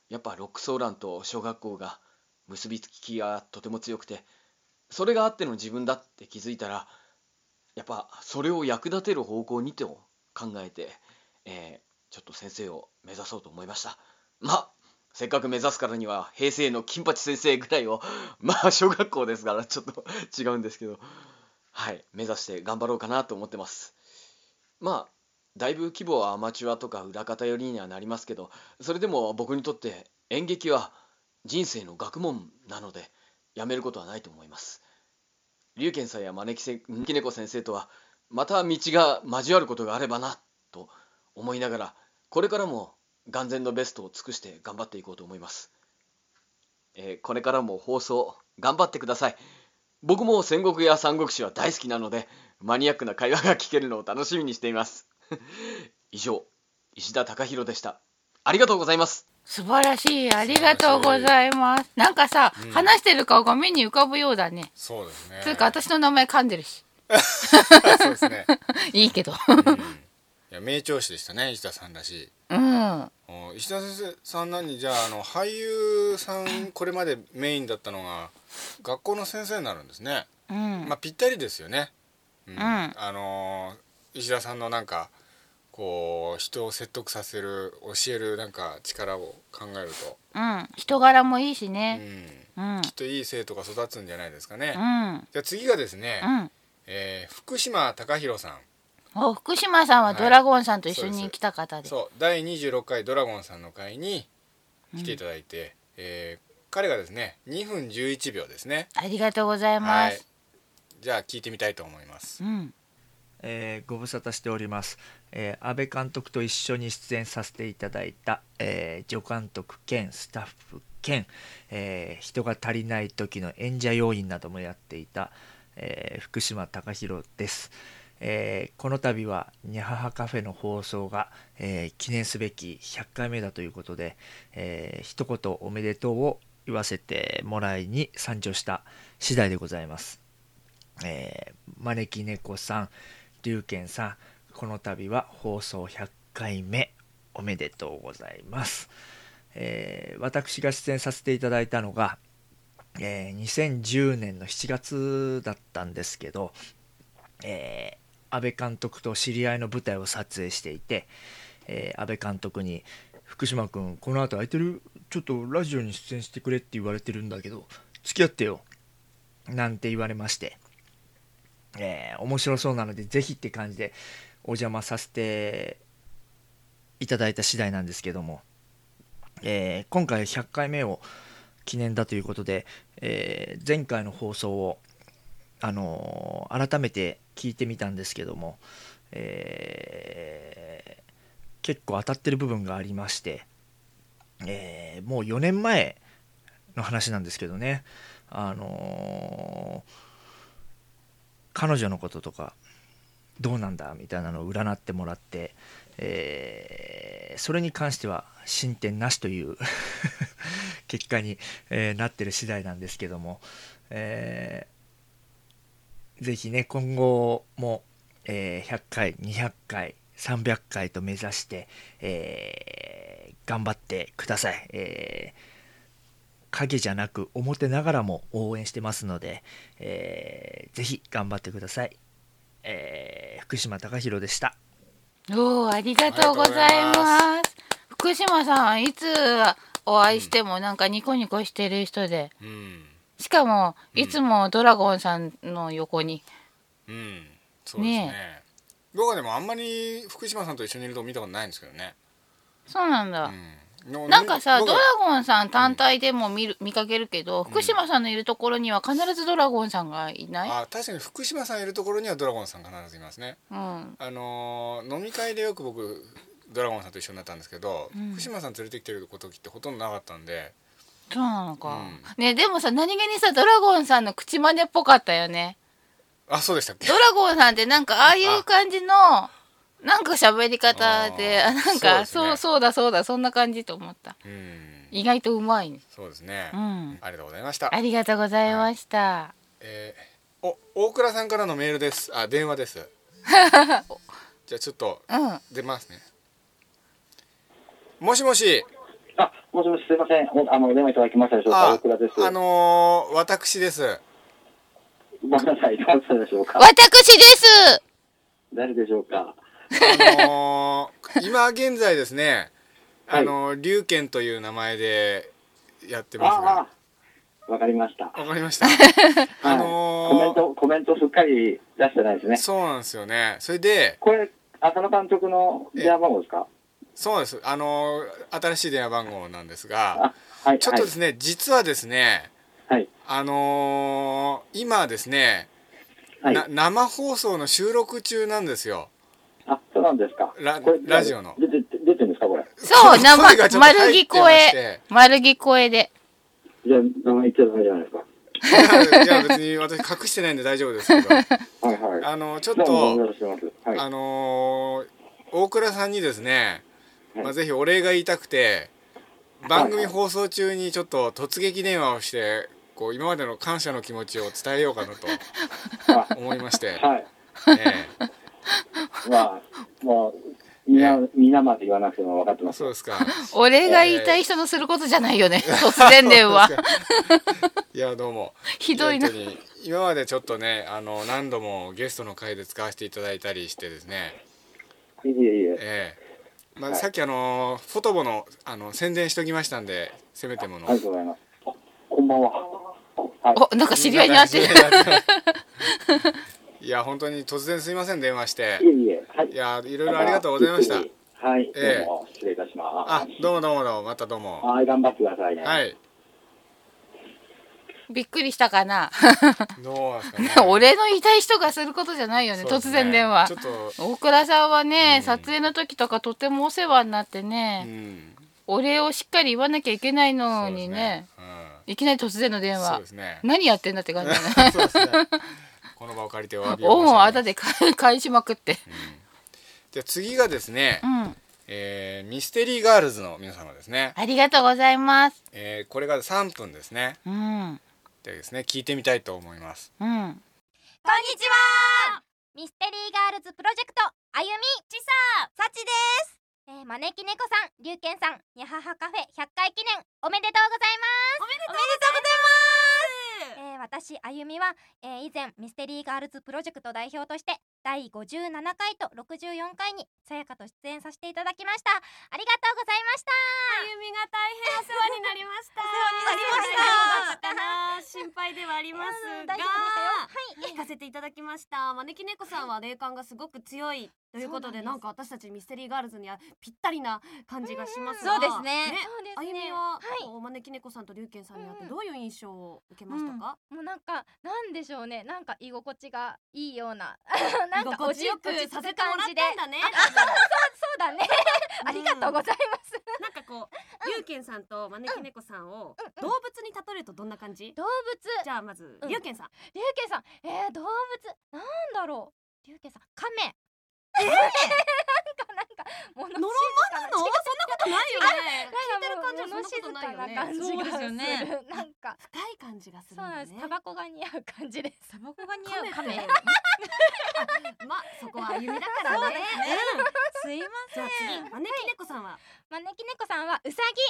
やっぱロックソーランと小学校が結びつきがとても強くてそれがあっての自分だって気づいたらやっぱそれを役立てる方向にと考えて、えーちょっと先生を目指そうと思いましたまあせっかく目指すからには平成の金八先生ぐらいを まあ小学校ですからちょっと違うんですけどはい目指して頑張ろうかなと思ってますまあだいぶ規模はアマチュアとか裏方寄りにはなりますけどそれでも僕にとって演劇は人生の学問なのでやめることはないと思います龍賢さんや招きせ招き猫先生とはまた道が交わることがあればなと思いながらこれからも眼前のベストを尽くして頑張っていこうと思います、えーこれからも放送頑張ってください僕も戦国や三国志は大好きなのでマニアックな会話が聞けるのを楽しみにしています以上石田貴弘でしたありがとうございます素晴らしい。ありがとうございます。なんかさ、うん話してる顔が目に浮かぶようだね。そうですねつうか、私の名前噛んでるし。 そうですね、 いいけど。うん、いや名調子でしたね石田さんらしいうん。お石田先生さん何じゃああの俳優さんこれまでメインだったのが学校の先生になるんですね、うんま。あぴったりですよね、うんんあのー石田さんのなんかこう人を説得させる教えるなんか力を考えると、うん。人柄もいいしうん、ね。うん。きっといい生徒が育つんじゃないですかね、うん。じゃあ次がですね、うん。えー福島貴弘さんお、福島さんはドラゴンさんと一緒に来た方で。そう第26回ドラゴンさんの会に来ていただいて、えー彼がですね2分11秒ですねありがとうございまはいす。じゃあ聞いてみたいと思いますうん。えーご無沙汰しております、えー、安倍監督と一緒に出演させていただいた、えー助監督兼スタッフ兼、えー人が足りない時の演者要員などもやっていた、えー福島隆弘です、えーこの度はにゃははカフェの放送が、えー記念すべき100回目だということで、えー一言おめでとうを言わせてもらいに参上した次第でございます、えー招き猫さん龍賢さんこの度は放送100回目おめでとうございます、えー私が出演させていただいたのが、えー2010年の7月だったんですけど、えー安倍監督と知り合いの舞台を撮影していて、えー安倍監督に「福島君この後空いてるちょっとラジオに出演してくれ」って言われてるんだけど付き合ってよなんて言われまして、えー面白そうなのでぜひって感じでお邪魔させていただいた次第なんですけども、えー今回100回目を記念だということで、えー前回の放送を、あのー改めて聞いてみたんですけども、えー結構当たってる部分がありまして、えーもう4年前の話なんですけどね、あのー彼女のこととかどうなんだみたいなのを占ってもらって、えーそれに関しては進展なしという 結果に、えーなってる次第なんですけども、えーぜひね今後も、えー100回200回300回と目指して、えー頑張ってください。えー影じゃなく表ながらも応援してますので、えーぜひ頑張ってください。えー福島隆弘でした。おーありがとうございます。福島さん、いつお会いしてもなんかニコニコしてる人で。うんしかも、いつもドラゴンさんの横に。うんそうですね僕はでもあんまり福島さんと一緒にいるとこ見たことないんですけどねそうなんだ。のなんかさ、ド僕ラはゴンさん単体でも見る、見かけるけど、福島さんのいるところには必ずドラゴンさんがいない。あ確かに福島さんいるところにはドラゴンさん必ずいますねうん。あのー飲み会でよく僕ドラゴンさんと一緒になったんですけど、うん福島さん連れてきてる時ってほとんどなかったんでそうなのか。うんね、でもさ、何気にさ、ドラゴンさんの口真似っぽかったよね。あそうでしたっけドラゴンさんってなんかああいう感じのなんか喋り方でああーなんそうかですねそう,、そうだそうだそんな感じと思ったうん意外とうまいねそうですね、うんありがとうございましたありがとうございました、えーお大倉さんからのメールですあ電話ですじゃあちょっとうん出ますねもしもしあ、もしもしすいません。おあの、お電話いただきましたでしょうか。あ大倉です。あのー私ですごめんなさい。どうしたでしょうか。私です誰でしょうか。あのー今現在ですねあのー龍賢という名前でやってますがああ、わかりました。わかり ましたあコメンのト、コメントすっかり出してないですーね。そうなんですよねそれでこれ、浅野監督の電話番号ですかそうなんですあのー新しい電話番号なんですがあ、はい。ちょっとですね実はですねはい。あのー今ですね、はい。な生放送の収録中なんですよあ、そうなんですか。ラこれラジオの出て、出てるんですか、これ。そう 声がち生ょっと入丸って着声丸着声でじゃあ、名前言っちゃダメじゃないですか。いやいや別に私隠してないんで大丈夫ですけど はいはい。あのちょっどうもご無と沙汰してます。はあい。のー大倉さんにですね、はいまあ、ぜひお礼が言いたくて番組放送中にちょっと突撃電話をしてこう今までの感謝の気持ちを伝えようかなと あ思いまして、はい。ええ まあ、もう、みんな、みんなまで言わなくても分かってますそうよ。ですか俺が言いたい人のすることじゃないよね突然電話 いやどうもひどいな本当に今までちょっとねあの何度もゲストの回で使わせていただいたりしてですねいえいえ。ええまあ、はいさっきあのフォトボのあの宣伝しときましたんでせめてものありがとうございます。こんばんは。はい。おなんか知り合いに会ってるいや本当に突然すいません電話していえいえ。はい。いやいろいろありがとうございましたはい。どええうも、失礼いたします。あどうもどうもどうもまたどうもはい、頑張ってくださいね。は。いびっくりしたかなどうなんですかね 俺の言いたい人がすることじゃないよねそうです突ね然電話ちょっと大倉さんはね、撮影の時とかとてもお世話になってうね、んお礼をしっかり言わなきゃいけないのにねいきなり突然の電話そうですね何やってんだって感じだね そうですね この場を借りてお詫びを申し上げ恩ますをあだで返 返しまくってじゃあ次がですね、うんえーミステリーガールズの皆様ですね、ありがとうございますえーこれが3分ですねうんでですね聞いてみたいと思いますうんこんにちはミステリーガールズプロジェクトあゆみちささちです、えー、招き猫さんりゅうけんさんにゃははカフェ100回記念おめでとうございますおめでとうございますえー私あゆみは、えー以前ミステリーガールズプロジェクト代表として第57回と64回にさやかと出演させていただきましたありがとうございましたあゆみが大変お世話になりましたお世話になりました心配ではありますが、大丈夫行かせていただきました招き猫さんは霊感がすごく強いということでなんか私たちミステリーガールズにはぴったりな感じがしますが、うんうんそうですねそうですねあゆみは、はいこうお招き猫さんと龍拳さんに会ってどういう印象を受けましたか、もうなんかなんでしょうねなんか居心地がいいよ うなななんんかか落ち着く落ち着さくせてもらったんだね感じで あそうそうだねありがとうございます、なんかこう龍拳さんと招き猫さんを動物に例えるとどんな感じ、動物じゃあまずうん龍拳さん龍家さんえー、動物なんだろう龍家さんカメえーものノロマなのそんなことないよね聞いてる感じはそんなことないよね感そうじがする、ですよねなんか深い感じがするんそうなんだですねタバコが似合う感じですタバコが似合う カメ亀まあそこは歩みだからねそうですねすいませんじゃあ次招き猫さんは招き猫さんはうさぎ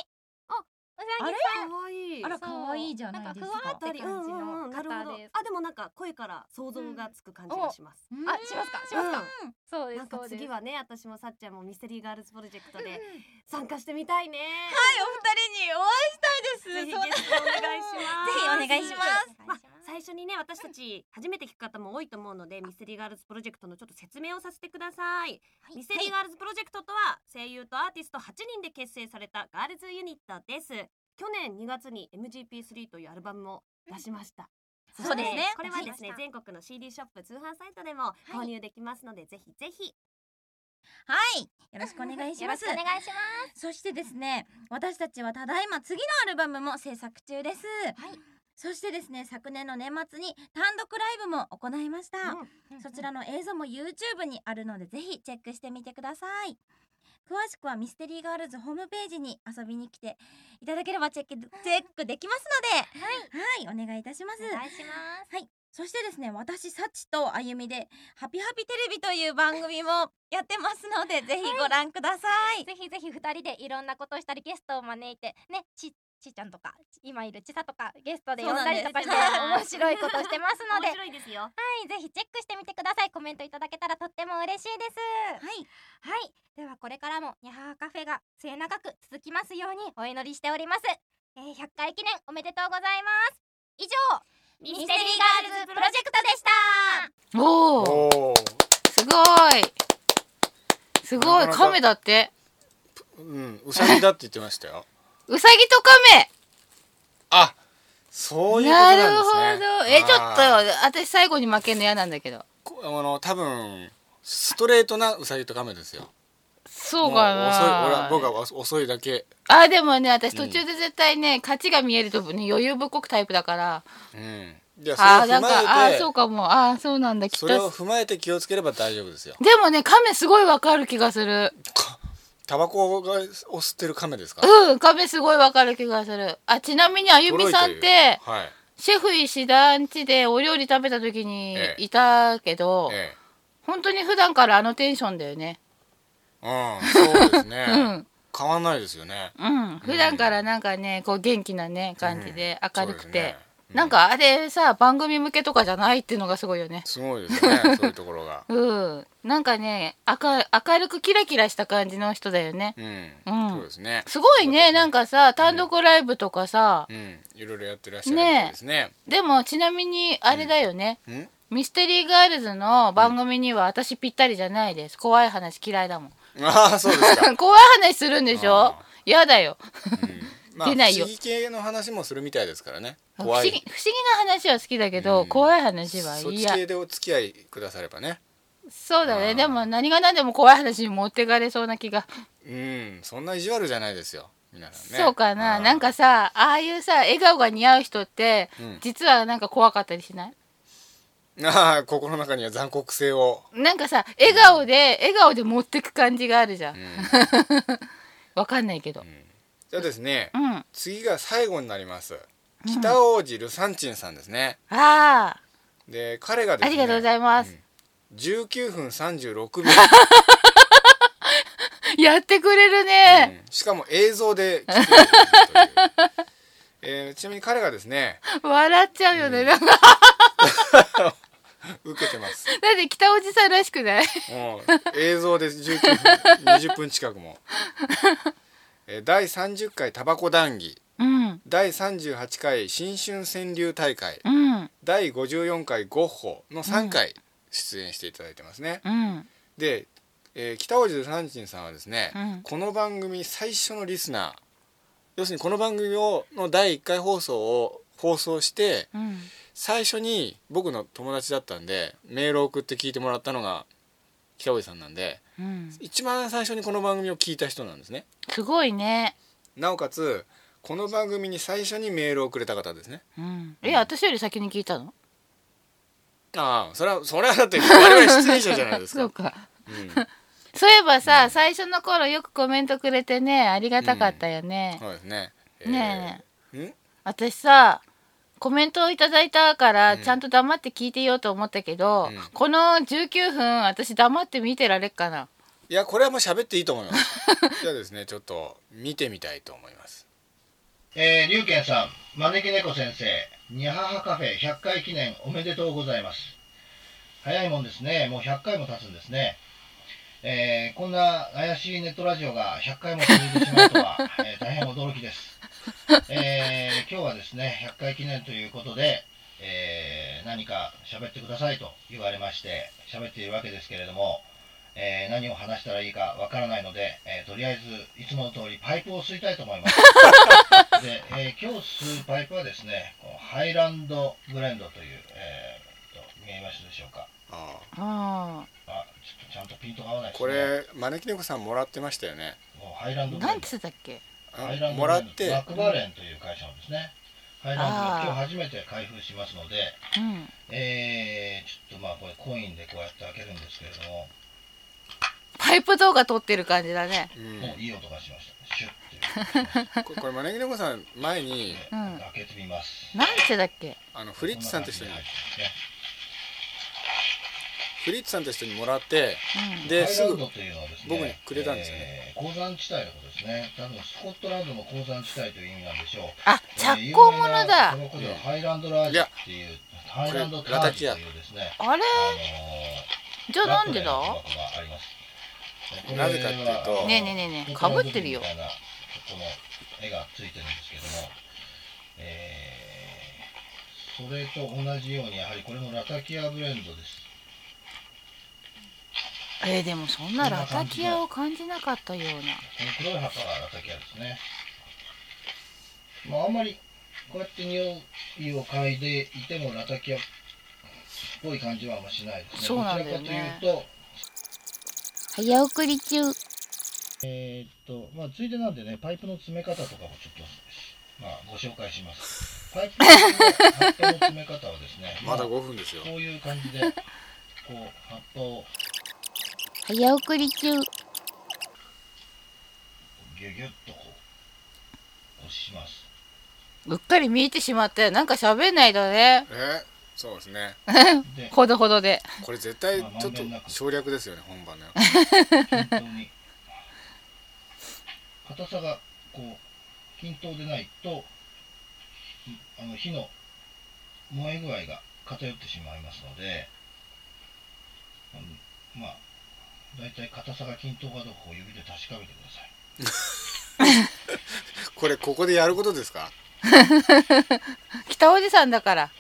あうさぎさん可愛いあら可愛いじゃないですかなんかふわって感じうんのうんうんなるほど方ですあでもなんか声から想像がつく感じがしますおあしますかしますかうんそうですなんかそうです次はね私もさっちゃんもミステリーガールズプロジェクトで参加してみたいねはいお二人にお会いしたいですぜひゲストお願いします ぜひお願いしますまあ最初にね私たち初めて聞く方も多いと思うのでミステリーガールズプロジェクトのちょっと説明をさせてくださいミステリーガールズプロジェクトとは声優とアーティスト8人で結成されたガールズユニットです去年2月に MGP3 というアルバムも出しましたうんしてそうですねこれはですね出しま全国の CD ショップ通販サイトでも購入できますのでぜひぜひはいよろしくお願いしますよろしくお願いします そしてですね私たちはただいま次のアルバムも制作中ですそしてですね昨年の年末に単独ライブも行いました、そちらの映像も YouTube にあるのでぜひチェックしてみてください詳しくはミステリーガールズホームページに遊びに来ていただければチェックチェックできますのではい、お願いいたしますお願いしますはいそしてですね私サチとあゆみでハピハピテレビという番組もやってますのでぜひご覧ください、ぜひぜひ二人でいろんなことをしたりゲストを招いてねちちーちゃんとか今いるちさとかゲストで呼んだりとかしてそうなん面です白いことしてますので面白いですよはいぜひチェックしてみてくださいコメントいただけたらとっても嬉しいですはい、はい、ではこれからもにゃははカフェが末永く続きますようにお祈りしております、えー、100回記念おめでとうございます以上ミステリーガールズプロジェクトでしたおおすごいすごいなかなかカメだってうんうさぎだって言って ましたようさぎとカメあそういうことなるなんですほねどえちょっとあー私最後に負けんの嫌なんだけどこあの多分ストレートなうさぎとカメですよそうかもう遅い俺はな僕は遅遅いだけあでもね私う途ん中で絶対ね、勝ちが見えると、ね、余裕ぶっこくタイプだからうんじゃあああそなれをんか踏まあーえてそうかもああそうなんだきっそれをと踏まえて気をつければ大丈夫ですよでもねカメすごいわかる気がするタバコがを吸ってるカメですかうんカメすごいわかる気がするあちなみにあゆみさんっトロイというてはいシェフ石田んちでお料理食べた時にええいたけど、え本当に普段からあのテンションだよねえうんそうです ねうん変わんないですよねうん普段からなんかねこう元気なね感じで明るくそうて、ですねなんかあれさ番組向けとかじゃないっていうのがすごいよねすごいで すねそういうところがうんなんかね明明るくキラキラした感じの人だよねうんうんそうですねすごいねなんかさ単独ライブとかさ、うんいろいろやってらっしゃるみたいですねでもちなみにあれだよね、うんミステリーガールズの番組には私ぴったりじゃないです怖い話嫌いだもんああそうで すか怖い話するんでしょやだよ、出ないよ不思議系の話もするみたいですからね不思怖議不い思議な話は好きだけど、怖い話はそっち嫌系でお付き合いくださればねそうだねでも何が何でも怖い話に持ってかれそうな気がうんそんな意地悪じゃないですよ皆さんねそう かな、なんかさああいうさ笑顔が似合う人って、うん実はなんか怖かったりしないああ心の中には残酷性をなんかさ笑顔で笑顔で持ってく感じがあるじゃん、 わかんないけど、じゃあですね、うん次が最後になりますうん北王子ルサンチンさんですねあで彼があ、であすりがとうごねざいます、 19分36秒やってくれるね、しかも映像で来ているという、えーちなみに彼がですね 笑っちゃうよね、 なんかだ受けてますって北おじさんらしくないもう映像で19分20分近くも、えー第30回タバコ談義うん第38回新春川柳大会、うん第54回ゴッホの3回出演していただいてますね、うんで、えー北大路三鎮さんはですね、うんこの番組最初のリスナー要するにこの番組をの第1回放送を放送してうん最初に僕の友達だったんでメールを送って聞いてもらったのが北大路さんなんでうん一番最初にこの番組を聞いた人なんですねすごいねなおかつこの番組に最初にメールをくれた方ですねうんえ私より先に聞いたのああそれはそれはだって我々出演者じゃないですか そうかそういえばさ、最初の頃よくコメントくれてねありがたかったよね、そうですねねえ、ん私さコメントをいただいたから、ちゃんと黙って聞いてようと思ったけど、この19分私黙って見てられっかないやこれはもう喋っていいと思います じゃあですねちょっと見てみたいと思いますえー、龍賢さん、招き猫先生、にゃははカフェ100回記念おめでとうございます。早いもんですね、もう100回も経つんですね。えー、こんな怪しいネットラジオが100回も続いてしまうとは、えー大変驚きです。えー、今日はですね、100回記念ということで、えー、何か喋ってくださいと言われまして、喋っているわけですけれども、えー、何を話したらいいかわからないので、えー、とりあえずいつもの通りパイプを吸いたいと思います。で、えー、今日吸うパイプはですね、こうハイランドブレンドという、えー、と見えますでしょうか。あああ、ちょっとちゃんとピントが合わないですね。これ招き猫さんもらってましたよねハイランドブレンドなんつったっけハイランドもブらレンっドてラックバーレンという会社のですね、ハイランドあーが今日初めて開封しますので、うんえー、ちょっとまあこれコインでこうやって開けるんですけれども、パイプ動画撮ってる感じだね、もういい音がしました。シュッここれ招き猫さん前にうん開けてみま すなんつったっけあのフリッツさんって人にフリッツさんって人にもらってうんでハイすラぐンドというのはですね僕にくれたんですよねえー鉱山地帯のことですね。多分スコットランドの鉱山地帯という意味なんでしょう。あ、着工ものだこのことではハイランドラージっていう、ハイランドタージというですね。あれじゃあなんでだあります。これはなぜかっていうとねえねえねえねえかぶってるよこの絵がついてるんですけども、えーそれと同じようにやはりこれもラタキアブレンドです。えーでもそんなラタキアを感じなかったようなこの黒い葉っぱがラタキアですね。まああんまりこうやって匂いを嗅いでいてもラタキアっぽい感じはあんましないですね。そうなんだよねどちらかというと早送り中えーっと、まあ、ついでなんでね、パイプの詰め方とかもちょっと、まあ、ご紹介します。パイプの葉っぱの詰め方はですね 、まだ5分ですよこういう感じで、こう、葉っぱを早送り中ギュギュッとこう、押します。うっかり見えてしまったよなんか喋んないとね えそうですねほどほどでこれ絶対ちょっと省略ですよね 本番の硬さが、こう、均等でないと、ひあの、火の燃え具合が偏ってしまいますので、あのまあ、大体硬さが均等かどうかを指で確かめてください。これここでやることですか北おじさんだから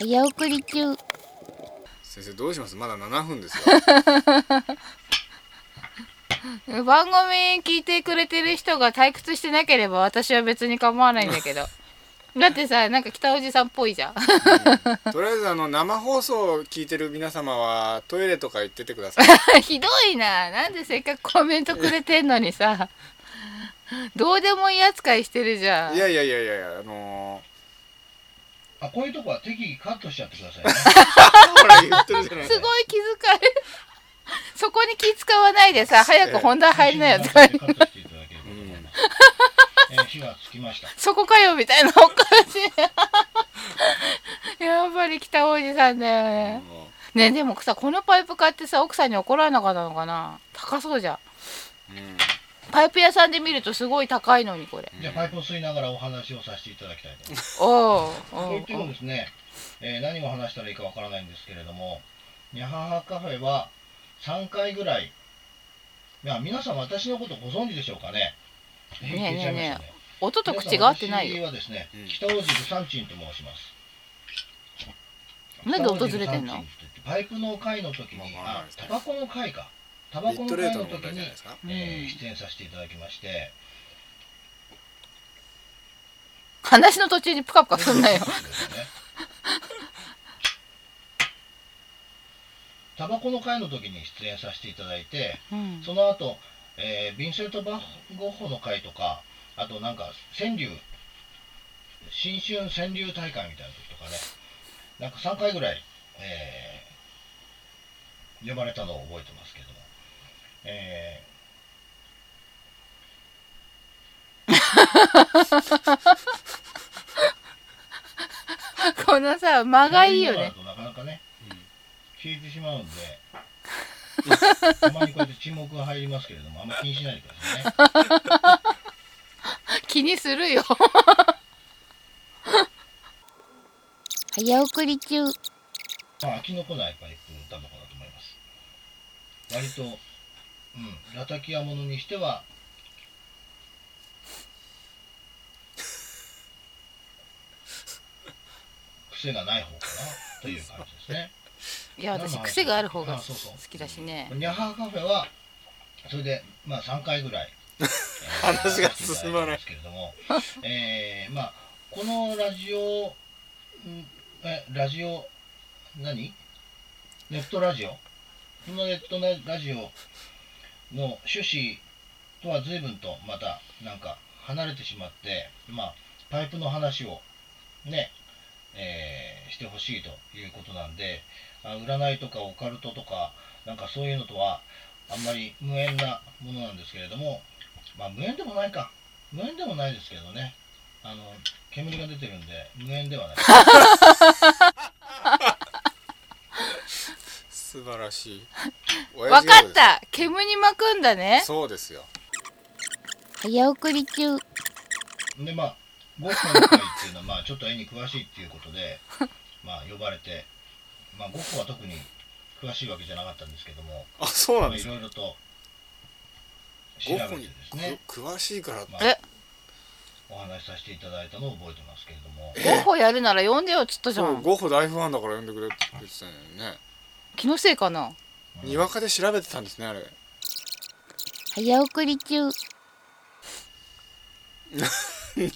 早送り中先生どうしますまだ7分ですよ 番組聞いてくれてる人が退屈してなければ私は別に構わ ないんだ けどだってさなんか北おじさんっぽいじゃん とりあえずあの生放送を聞いてる皆様はトイレとか 行っててくださいひどいななんでせっかくコメントくれてんのにさどうでもいい扱いしてるじゃんいやいやいやいやいやあのあこういうとこは適宜カットしちゃってくださいねほら言ってるじ ゃな いすごい気遣いそこに気使わないでさ早く本題入りなよとか えー火がつきましたそこかよみたいなおかしい やっぱり北おじさんだよねねでもさこのパイプ買ってさ奥さんに怒られなかったのかな高そうじゃんパイプ屋さんで見るとすごい高いのにこれじゃあパイプを吸いながらお話をさせていただきたいと思いますおうおうといってもですね、えー何を話したらいいかわからないんですけれどもニャハハカフェは3回ぐらいいや皆さん私のことご存知でしょうかねねえねえねえ音と口が合ってないよ皆さん私はですね北王子ルサンチンと申しますなんで訪れてんのパイプの会の時に、あ、タバコの会か。タバコの会のリットレートの問時題じにゃないですか、えー出演させていただきまして、話の途中にプカプカすん なよタバコの会の時に出演させていただいて、うんその後、えーヴィンセント・バンゴッホの会とか、あとなんか川柳、新春川柳大会みたいな時とかね、なんか3回ぐらい、えー呼ばれたのを覚えてますけども、えーこのさ間がいいよねそういうのだとなかなかね、消えてしまうんで、 たまにこうやって沈黙が入りますけれども、あんま気にしないでくださいね。気にするよ早送り中まあ、飽きのこないパイプタバコだと思います。割と、うん、ラタキアものにし ては、癖がない方かなという感じですね。いや私癖がある方が好きだしねニャハーカフ ェは、それで、まあ、3回ぐら い、話が進まないですけれども、えーまあ、このラジオ、んえラジオ、何ネットラジオこのネットラジオの趣旨とは随分とまたなんか離れてしまって、まあ、パイプの話をね、えーしてほしいということなんであ占いとかオカルトとかなんかそういうのとはあんまり無縁なものなんですけれども、まあ、無縁でもないか無縁でもないですけどねあの煙が出てるんで無縁ではない素晴らし い分親か父ギャグっですた煙に巻くんだね そうですよ早送り中でまあゴッホの会っていうのは、まあ、ちょっと絵に詳しいっていうことで、まあ、呼ばれて、まあ、ゴッホは特に詳しいわけじゃなかったんですけどもあそうなんですまあいろいろと調ゴべッホてでにすねく詳しいからって、お話しさせていただいたのを覚えてますけれどもゴッホやるなら呼んでよっつったじゃそうんゴッホ大ファンだから呼んでくれって言ってたよね気のせいかなにわかで調べてたんですね あれ早送り中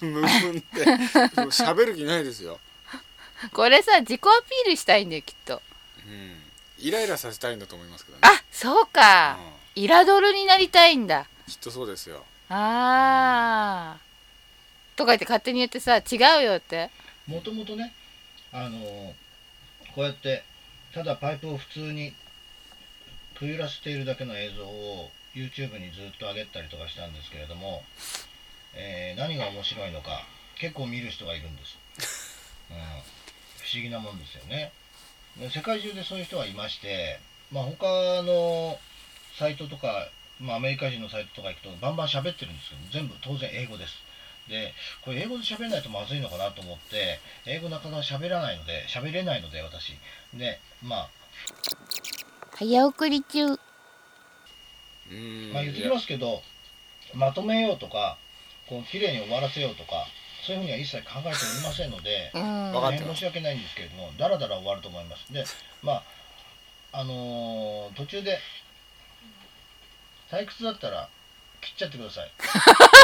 無言で喋る気ないですよ、これさ自己アピールしたいんだよきっとうん、イライラさせたいんだと思いますけどねあそうか、イラドルになりたいんだきっとそうですよ ああとか言って勝手に言ってさ違うよってもともとねあのこうやってただパイプを普通にくゆらせているだけの映像を YouTube にずっと上げたりとかしたんですけれども、えー何が面白いのか結構見る人がいるんです、うん、不思議なもんですよねで世界中でそういう人がいまして、まあ、他のサイトとか、まあ、アメリカ人のサイトとか行くとバンバン喋ってるんですけど全部当然英語ですでこれ英語で喋らないとまずいのかなと思って英語なかなか喋らないので喋れないので私でまあ早送り中まあ、言ってきますけどまとめようとかこう綺麗に終わらせようとかそういうふうには一切考えておりませんのでうん大変申し訳ないんですけれどもだらだら終わると思いますでまああのー途中で退屈だったら切っちゃってくだ さい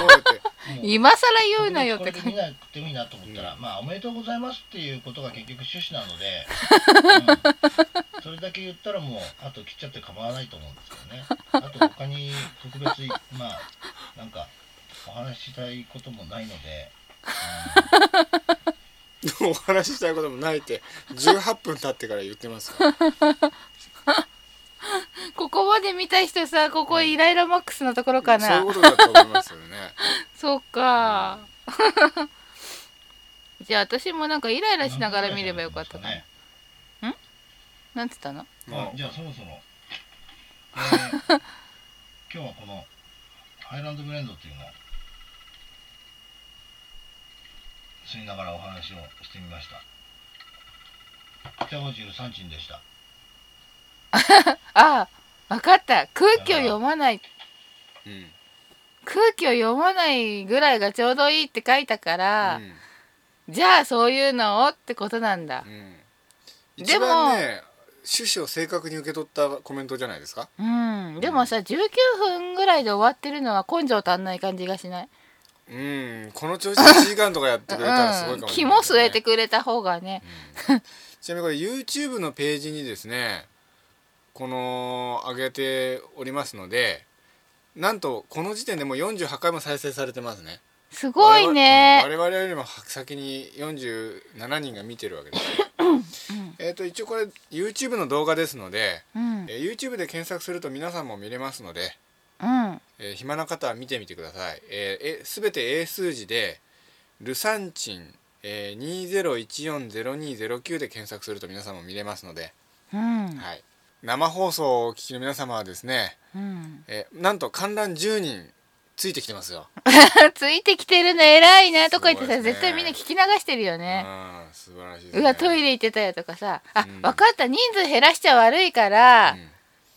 もう今更言うなよってこれで見なくてもいいなと思ったら、まあおめでとうございますっていうことが結局趣旨なので、 うんそれだけ言ったらもうあと切っちゃって構わないと思うんですけどねあと他に特別まあなんかお話ししたいこともないので、お話ししたいこともないって18分経ってから言ってますからここまで見た人さここイライラマックスのところかなそういうことだと思いますよね そうか じゃあ私もなんかイライラしながら見ればよかったかな、んなんつったの まあ、じゃあそ ろそろ、えー今日はこのハイランドブレンドっていうのを吸いながらお話をしてみました北五十三鎮でしたああ分かった空気を読まないうん空気を読まないぐらいがちょうどいいって書いたから、じゃあそういうのをってことなんだ、一番ね趣旨を正確に受け取ったコメントじゃないですかうんでもさ19分ぐらいで終わってるのは根性足んない感じがしないうんこの調子で1時間とかやってくれたらすごいかもしれない肝据えてくれた方がね、ちなみにこれ YouTube のページにですねこの上げておりますのでなんとこの時点でもう48回も再生されてますねすごいね我々よりも先に47人が見てるわけですよえっと一応これ YouTube の動画ですので、うんえー YouTube で検索すると皆さんも見れますので、うんえー暇な方は見てみてください、えーえ全て英数字で「ルサンチン、えー、20140209」で検索すると皆さんも見れますので、うんはい、生放送をお聞きの皆様はですね、うん、 えーなんと観覧10人ついてきてますよ、ついてきてるの偉いなとか言ってすごさ、いですね絶対みんな聞き流してるよね、うん、素晴らしいですうわトイレ行ってたよとかさあ、分かった人数減らしちゃ悪いから、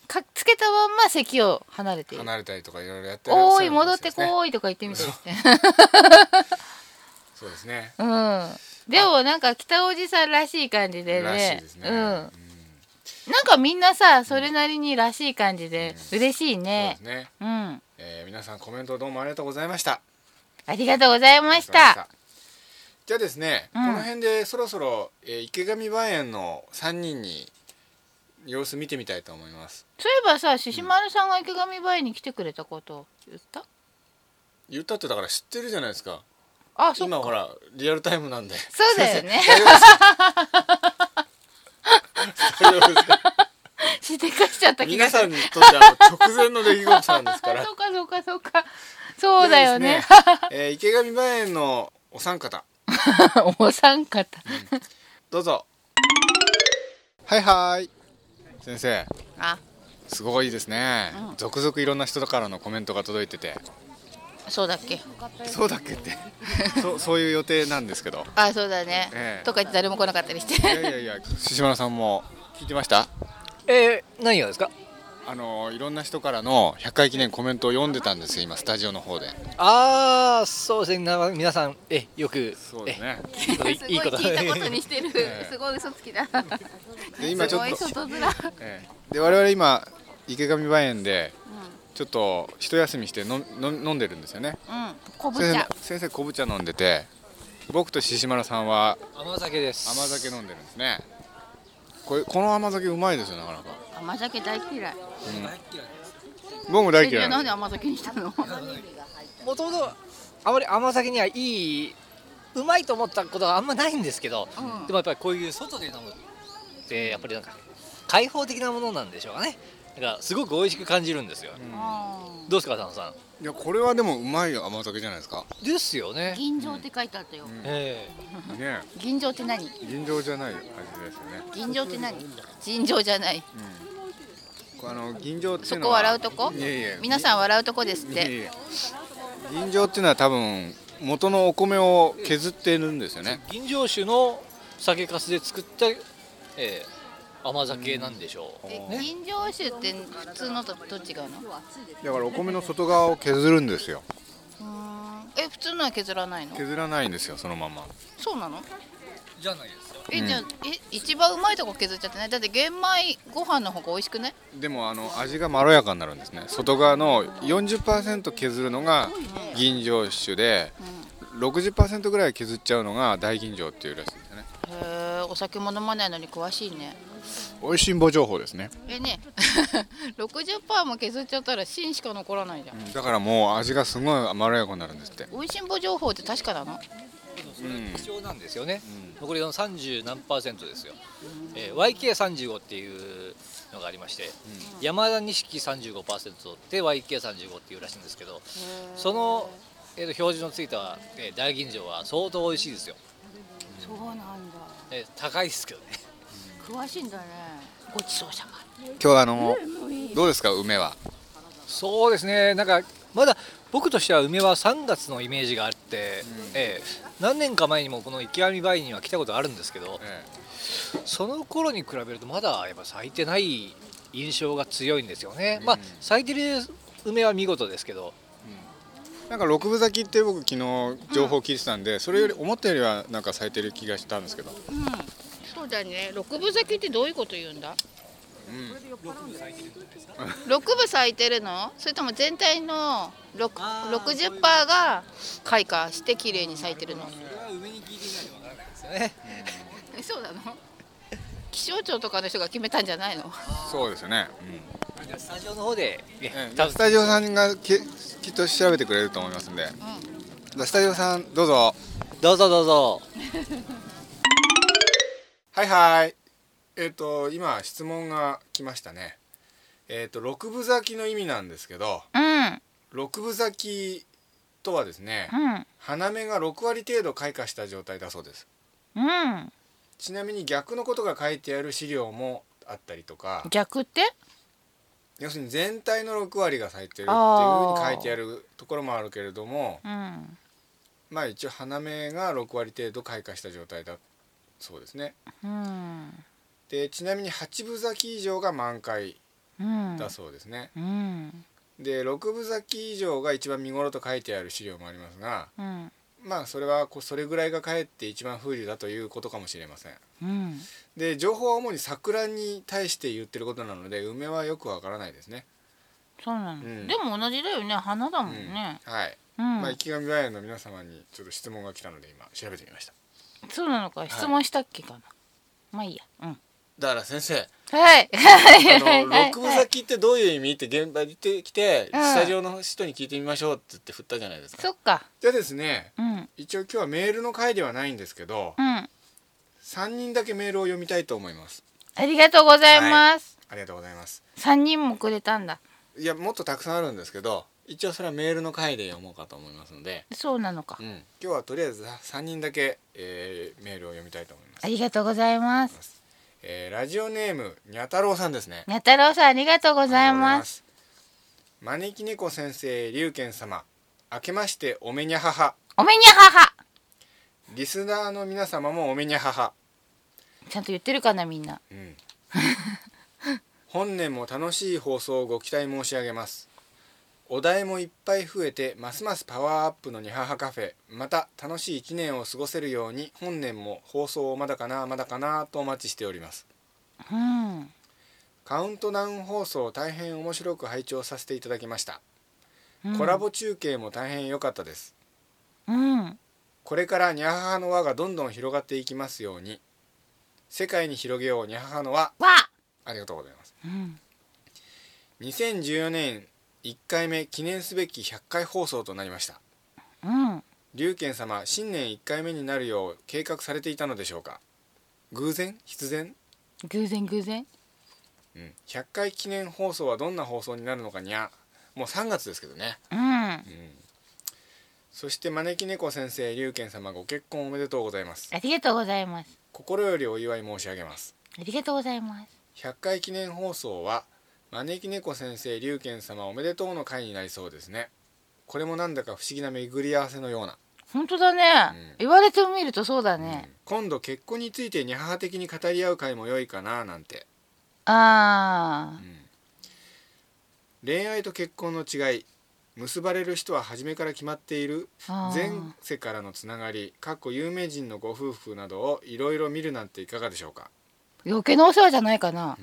かっつけたまんま席を離れている離れたりとかいろいろやってらっしゃるおーい戻ってこーいとか言って みてってそうですねうんでもなんか北おじさんらしい感じでねらしいですねうん、なんかみんなさそれなりにらしい感じで、嬉しいねそうですねうんえー皆さんコメントどうもありがとうございましたありがとうございましたじゃあですね、うんこの辺でそろそろ、えー池上梅園の3人に様子見てみたいと思いますそういえばさ獅子丸さんが池上バイに来てくれたこと言った言ったってだから知ってるじゃないですかあそ今ほらリアルタイムなんでそうだよね先生大丈夫ですか大丈夫ですか しでかしちゃった気が皆すさるんにとってはもう直前の出来事なんですから そうかそうかそうかそうだよねでですねえー池上梅園のお三方 お三方どうぞはいはい先生あすごいですね、うん続々いろんな人からのコメントが届 いててそうだっけそうだっけってそうそういう予定なんですけどあそうだね、ええとか言って誰も来なかったりしていやい やいや獅子らさんも聞いてましたえー、何がですかあのいろんな人からの100回記念コメントを読んでたんですよ今スタジオの方でああそうですねな皆さんえよくそうですねいいことすごい聞いたことにしてる、ええすごい嘘つきだで今ちょっとすごい外面、ええで我々今池上梅園でちょっと一休みしてのの飲んでるんですよねうん昆布先茶生先生昆布茶飲んでて僕と獅子丸さんは甘酒です甘酒飲んでるんですねこれこの甘酒うまいですよなかなか、甘酒大嫌いうん、僕も大えじゃあ嫌いなんで甘酒にしたのもともとあまり甘酒にはいいうまいと思ったことがあんまないんですけど、うんでもやっぱりこういう外で飲むってやっぱりなんか開放的なものなんでしょうかねだからすごく美味しく感じるんですよ、どうですか浅野さいやこれはでもうまい甘酒じゃないですかんですよね銀醸って書いてあったよ、えね銀醸って何銀醸じゃない味ですよね銀醸って何尋常じゃないあの銀醸っていそうこのは笑うとこいやいや皆さん笑うとこですっいやいてや銀醸っていうのは多分元のお米を削ってるんですよね銀醸酒の酒粕で作った、えー甘酒なんでしょう、ね銀醸酒って普通のとどっちが違うのだからお米の外側を削るんですよえ普通のは削らないの削らないんですよそのままそうなのじゃないですよえ、うんじゃあえ一番うまいとこ削っちゃってないだって玄米ご飯の方が美味しくねでもあの味がまろやかになるんですね外側の40%削るのが銀醸酒で60%ぐらい削っちゃうのが大吟醸っていうらしいんですよねへれお酒も飲まないのに詳しいね美味しんぼ情報ですねえ ね60%も削っちゃったら芯しか残らないじゃん、だからもう味がすごいまろやかになるんですって美味しんぼ情報って確かなの貴重なんですよね、残りの30何パーセントですよ、えー YK35 っていうのがありまして、山田錦35%で YK35 っていうらしいんですけどその、えーと表示のついた、えー大吟醸は相当美味しいですよ、そうなんだえー高いですけどね詳しいんだねごちそうさま今日はあのどうですか梅はそうですねなんかまだ僕としては梅は3月のイメージがあって、ええ何年か前にもこの池上梅には来たことあるんですけど、その頃に比べるとまだやっぱ咲いてない印象が強いんですよね、まあ咲いてる梅は見事ですけどなんか六分咲きって僕昨日情報聞いてたんで、それより思ったよりはなんか咲いてる気がしたんですけど、うんそうだね六分咲きってどういうこと言うんだうん、六分咲いてるのそれとも全体の六60%が開花して綺麗に咲いてるのねえ そうなの気象庁とかの人が決めたんじゃないのそうですよね、スタジオの方で、うんスタジオさんがききっと調べてくれると思いますんで、じゃあスタジオさんどうぞどうぞどうぞはいはいえっ、と今質問が来ましたねえっ、と六分咲きの意味なんですけどうん六分咲きとはですね、うん花芽が6割程度開花した状態だそうですうんちなみに逆のことが書いてある資料もあったりとか逆って要するに全体の6割が咲いてるっていうあーふうに書いてあるところもあるけれどもうんまあ一応花芽が6割程度開花した状態だそうですねうんでちなみに8分咲き以上が満開うんだそうですね、うんで6分咲き以上が一番見頃と書いてある資料もありますがうんまあそれはこうそれぐらいがかえって一番風流だということかもしれませんうんで情報は主に桜に対して言ってることなので梅はよくわからないですねそうなの、うんでも同じだよね花だもんね、はい、うんまあ池上ワイヤーの皆様にちょっと質問が来たので今調べてみましたそうなのか質問したっけかな、まあいいやうんだから先生はいあのはい六分咲きってどういう意味って現場に行ってきて、うんスタジオの人に聞いてみましょうって言って振ったじゃないですかそっかじゃあですね、うん一応今日はメールの回ではないんですけど、うん三人だけメールを読みたいと思いますありがとうございます、ありがとうございます三人もくれたんだいやもっとたくさんあるんですけど一応それはメールの回で読もうかと思いますのでそうなのか、うん、今日はとりあえず3人だけ、えーメールを読みたいと思います、ありがとうございますえーラジオネームにゃ太郎さんですねにゃ太郎さんありがとうございまますす招き猫先生龍賢様明けましておめにゃははおめにゃははリスナーの皆様もおめにゃはは、ちゃんと言ってるかなみんなうん、本年も楽しい放送をご期待申し上げますお題もいっぱい増えてますますパワーアップのにははカフェまた楽しい一年を過ごせるように本年も放送をまだかなまだかなとお待ちしておりますうんカウントダウン放送大変面白く拝聴させていただきました、うん コラボ中継も大変良かったですうんこれからニャハハの輪がどんどん広がっていきますように世界に広げようニャハハの輪ありがとうございますうん2014年1回目記念すべき100回放送となりましたうん龍賢様新年1回目になるよう計画されていたのでしょうか偶然必然偶然偶然うん100回記念放送はどんな放送になるのかにゃもう3月ですけどねうんあそして招き猫先生龍賢様ご結婚おめでとうございますりがとうございます心よりお祝い申し上げますありがとうございます100回記念放送は招き猫先生龍賢様おめでとうの回になりそうですねこれもなんだか不思議な巡り合わせのような本当だね、言われてみるとそうだね、今度結婚についてに母的に語り合う回も良いかななんてああ、恋愛と結婚の違い結ばれる人は初めから決まっているあー前世からのつながりかっこ有名人のご夫婦などをいろいろ見るなんていかがでしょうか余計なお世話じゃないかな、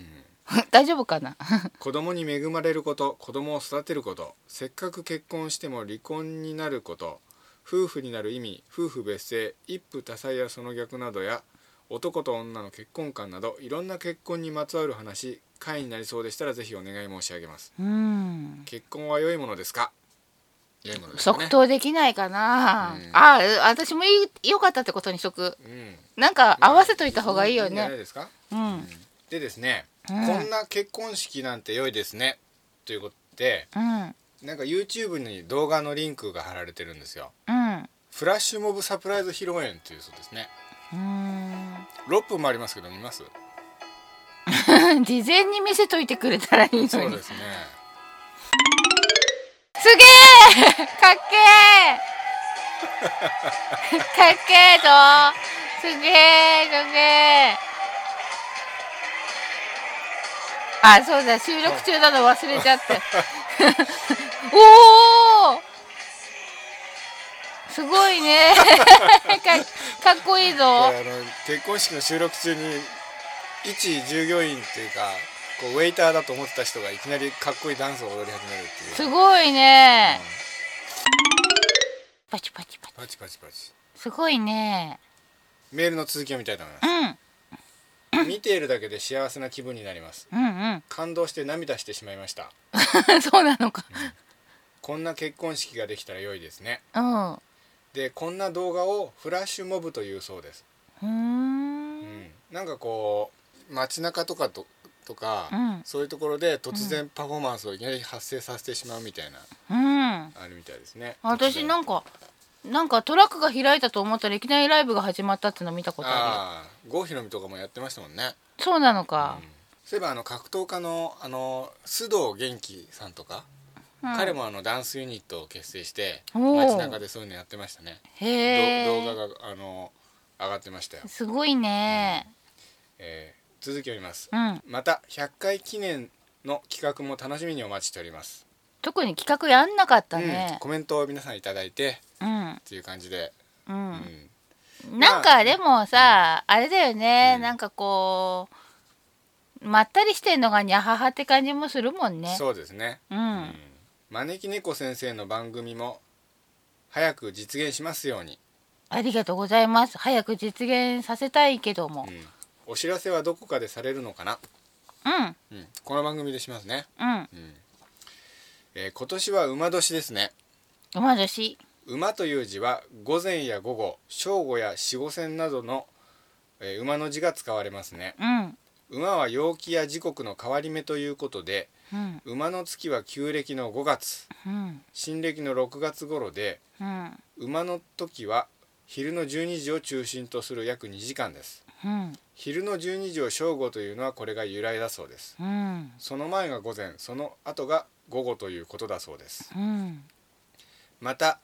大丈夫かな子供に恵まれること子供を育てることせっかく結婚しても離婚になること夫婦になる意味夫婦別姓一夫多妻やその逆などや男と女の結婚観などいろんな結婚にまつわる話会になりそうでしたらぜひお願い申し上げますうん結婚は良いものですか良いものですかね即答できないかな、ああ私もいいよかったってことにしとく、うんなんか合わせといた方がいいよんじゃねないですかうんでですね、うんこんな結婚式なんて良いですねということでうんなんか YouTube に動画のリンクが貼られてるんですようんフラッシュモブサプライズ披露宴というそうですねうー6分もありますけど見ますん 事前に見せといてくれたらいいのにそうですねすげえかっけえかっけえぞすげえかっけえあそうだ収録中なの忘れちゃっておおすごいねかかっこいいぞであの結婚式の収録中に一従業員っていうかこうウェイターだと思ってた人がいきなりかっこいいダンスを踊り始めるっていうすごいねパチパチパチパチパチパチすごいねメールの続きを見たいと思いますうん見ているだけで幸せな気分になりますうん感動して涙してしまいましたうん そうなのかこんな結婚式ができたら良いですねうんうでこんな動画をフラッシュモブというそうですーんなんかこう街中とかととか、うんそういうところで突然パフォーマンスをいきなり発生させてしまうみたいな、うんあるみたいですね私なんかなんかトラックが開いたと思ったらいきなりライブが始まったっての見たことあるよああ郷ひろみとかもやってましたもんねそうなのか、そういえばあの格闘家のあの須藤元気さんとか、うん彼もあのダンスユニットを結成しておー街中でそういうのやってましたねへどー動画があの上がってましたよ、すごいね、えー続きを見ます、うんまた100回記念の企画も楽しみにお待ちしております、特に企画やんなかったうんねコメントを皆さんいただいてうんっていう感じでうん、んなんかでもさ、あれだよね、なんかこうまったりしてんのがにゃははって感じもするもんねそうですねうん、招き猫先生の番組も早く実現しますようにありがとうございます早く実現させたいけどもお知らせはどこかでされるのかな、うんうん、この番組でしますね、うんえー今年は馬年ですね馬年馬という字は午前や午後正午や四五線などの、えー馬の字が使われますねうん馬は陽気や時刻の変わり目ということでうん馬の月は旧暦の5月うん新暦の6月頃でうん馬の時は昼の12時を中心とする約2時間ですうん昼の12時を正午というのはこれが由来だそうですうんその前が午前その後が午後ということだそうですうん また、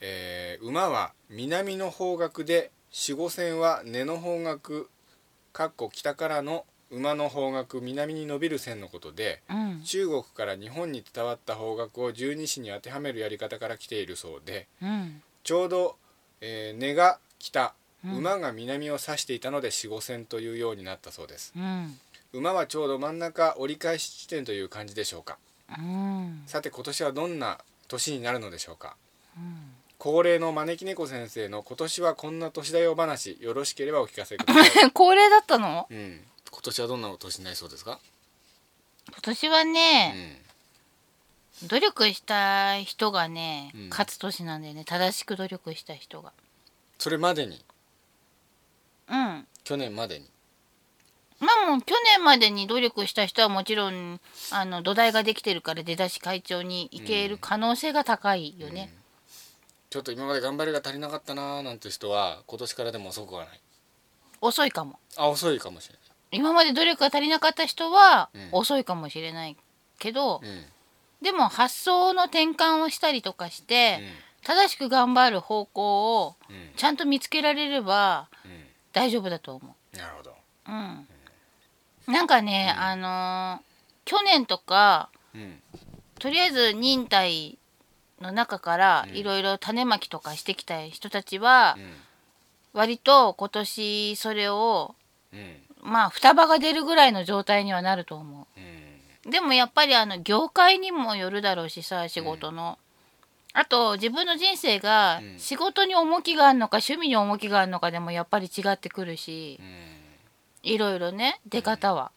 えー馬は南の方角で四五線は根の方角かっこ北からの馬の方角南に伸びる線のことで、うん中国から日本に伝わった方角を十二支に当てはめるやり方から来ているそうでうんちょうど、えー根が北、うん馬が南を指していたので四五線というようになったそうですうん馬はちょうど真ん中折り返し地点という感じでしょうかうんさて今年はどんな年になるのでしょうか恒例の招き猫先生の今年はこんな年だよ話よろしければお聞かせください、恒例だったのうん、今年はどんな年になりそうですか今年はね、努力した人がね、うん勝つ年なんだよね正しく努力した人がそれまでにうんま去年までにあもう去年までに努力した人はもちろんあの土台ができてるから出だし会長に行ける可能性が高いよね、ちょっと今まで頑張りが足りなかったなーなんて人は今年からでも遅くはない遅いかもあ遅いかもしれ今まで努力が足りなかった人はうん遅いかもしれないけど、ない、うんでも発想の転換をしたりとかして、正しく頑張る方向をうんちゃんと見つけられればう大丈夫だと思う。ん、なるほど、うん、なんかね、あのー去年とかうん、とりあえず忍耐の中からいろいろ種まきとかしてきた人たちは、割と今年それを、まあ双葉が出るぐらいの状態にはなると思う。でもやっぱりあの業界にもよるだろうしさ仕事の、あと自分の人生が仕事に重きがあるのか趣味に重きがあるのかでもやっぱり違ってくるし、いろいろね出方は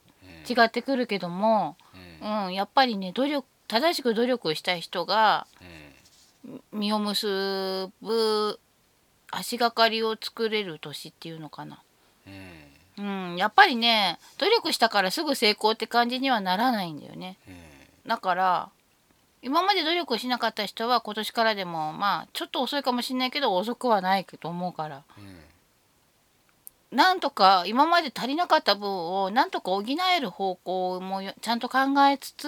違ってくるけども、うんやっぱりね努力正しく努力をしたい人が実を結ぶ足がかりを作れる年っていうのかな。うん、やっぱりね努力したからすぐ成功って感じにはならないんだよね。だから今まで努力をしなかった人は今年からでもまあちょっと遅いかもしれないけど遅くはないと思うから、なんとか今まで足りなかった分をなんとか補える方向もよちゃんと考えつつ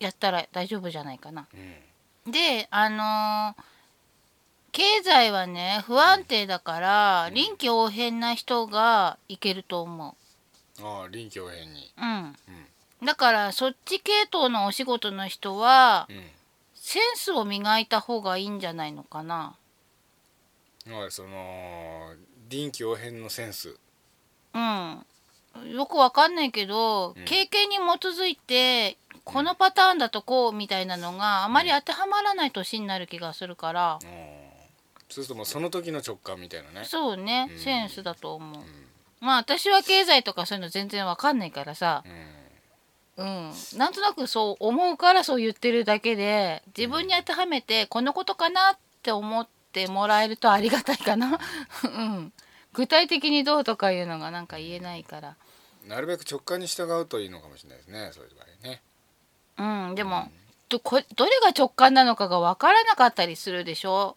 やったら大丈夫じゃないかな。であのー経済はね不安定だから臨機応変な人がいけると思ああ臨機応変にう。うんだからそっち系統のお仕事の人は、センスを磨いた方がいいんじゃないのかな。まあその臨機応変のセンスうん。よくわかんないけど、うん経験に基づいてこのパターンだとこうみたいなのがあまり当てはまらない年になる気がするから、そうするともうその時の直感みたいなねそうね、センスだと思う。まあ私は経済とかそういうの全然わかんないからさ、うん、なんとなくそう思うからそう言ってるだけで自分に当てはめてこのことかなって思ってもらえるとありがたいかな、 うん、具体的にどうとかいうのがなんか言えないからなるべく直感に従うといいのかもしれないですねそういう場合ねうんでも、どこどれが直感なのかが分からなかったりするでしょ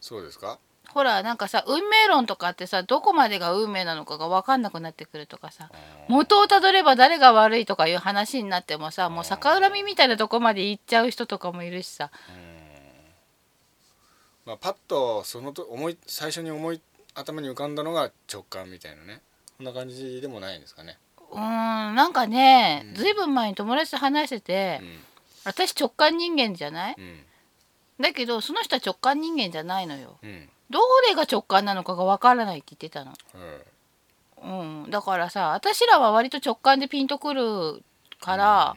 そうですかほらなんかさ運命論とかってさどこまでが運命なのかが分かんなくなってくるとかさ元をたどれば誰が悪いとかいう話になってもさもう逆恨みみたいなとこまで行っちゃう人とかもいるしさまあパッとそのと思い最初に思い頭に浮かんだのが直感みたいなねこんな感じでもないんですかねうーんなんかね、ずいぶん前に友達と話してて、私直感人間じゃない、だけどその人は直感人間じゃないのようんどれが直感なのかがわからないって言ってたのうんだからさ私らは割と直感でピンとくるから、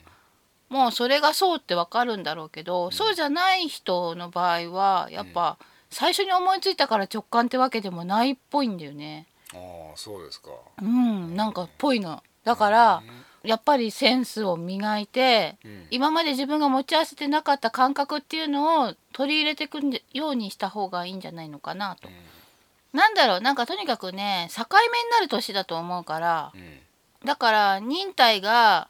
もうそれがそうってわかるんだろうけど、そうじゃない人の場合はやっぱ、最初に思いついたから直感ってわけでもないっぽいんだよねああそうですかうんなんかっぽいのだから、やっぱりセンスを磨いて、今まで自分が持ち合わせてなかった感覚っていうのを取り入れていくんでようにした方がいいんじゃないのかなと、なんだろうなんかとにかくね境目になる年だと思うから、だから忍耐が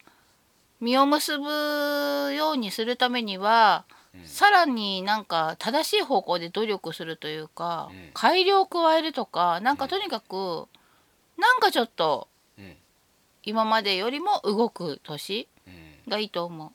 実を結ぶようにするためには、さらになんか正しい方向で努力するというか、改良を加えるとかなんかとにかく、なんかちょっと、今までよりも動く年がいいと思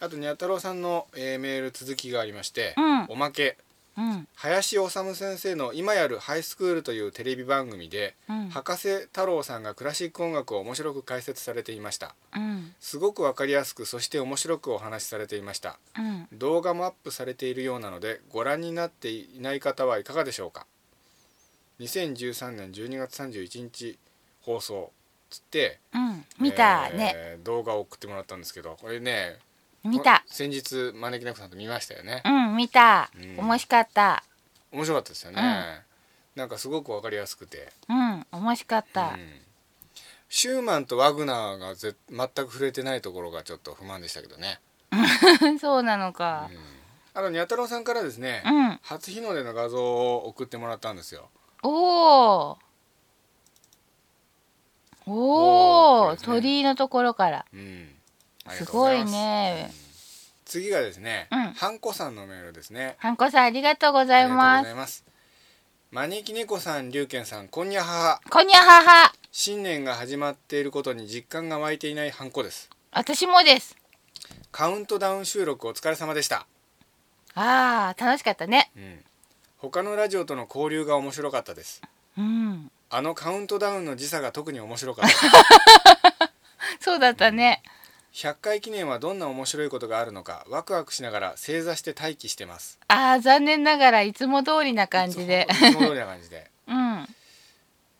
あとにゃ太郎さんの、えーメール続きがありまして、うんおまけう。うん。林修先生の今やるハイスクールというテレビ番組で、うん博士太郎さんがクラシック音楽を面白く解説されていましたうん。すごくわかりやすくそして面白くお話しされていましたうん。動画もアップされているようなのでご覧になっていない方はいかがでしょうか2013年12月31日放送つってうん。見たね。えー動画を送ってもらったんですけどこれね見たこ先日招き猫さんと見ましたよね、うん、見た。うん面白かった。面白かったですよね、なんかすごくわかりやすくてうん。面白かった。シューマンとワグナーがぜ全く触れてないところがちょっと不満でしたけどね そうなのか。あのにゃ太郎さんからですね、うん初日の出の画像を送ってもらったんですよおお。おお、鳥居のところから。ありすがとうごございますね。次がですね、うんハンコさんのメールですねハンコさんありがとうございあまりがとうございす。ます招き猫さん、龍賢さん、こんにゃはは。こんにゃはは。新年が始まっていることに実感が湧いていないハンコです。私もです。カウントダウン収録お疲れ様でした。ああ、楽しかったね。他のラジオとの交流が面白かったです。うん。あのカウントダウンの時差が特に面白 かった。そうだったね。 100回記念はどんな面白いことがあるのかワクワクしながら正座して待機してます。ああ、残念ながらいつも通りな感じで。いつも通りな感じで。 うん。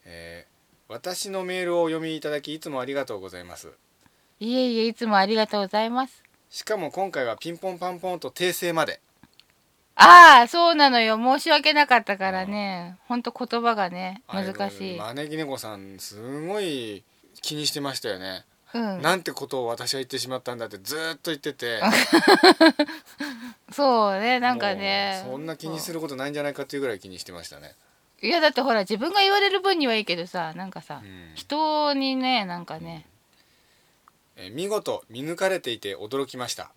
えー私のメールをお読みいただきいつもありがとうございます。いえいえ、いつもありがとうございます。しかも今回はピンポンパンポンと訂正まで。ああそうなのよ申し訳なかったからねほんと言葉がね難しい招き猫さんすごい気にしてましたよね、うんなんてことを私は言ってしまったんだってずーっと言っててそうねなんかねそんな気にすることないんじゃないかっていうぐらい気にしてましたねいやだってほら自分が言われる分にはいいけどさなんかさ、人にねなんかねえー見事見抜かれていて驚きました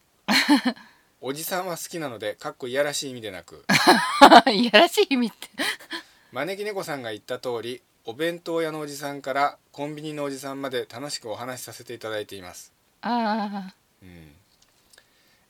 おじさんは好きなのでかっこいやらしい意味でなく いやらしい意味って招き猫さんが言った通りお弁当屋のおじさんからコンビニのおじさんまで楽しくお話しさせていただいています、ああ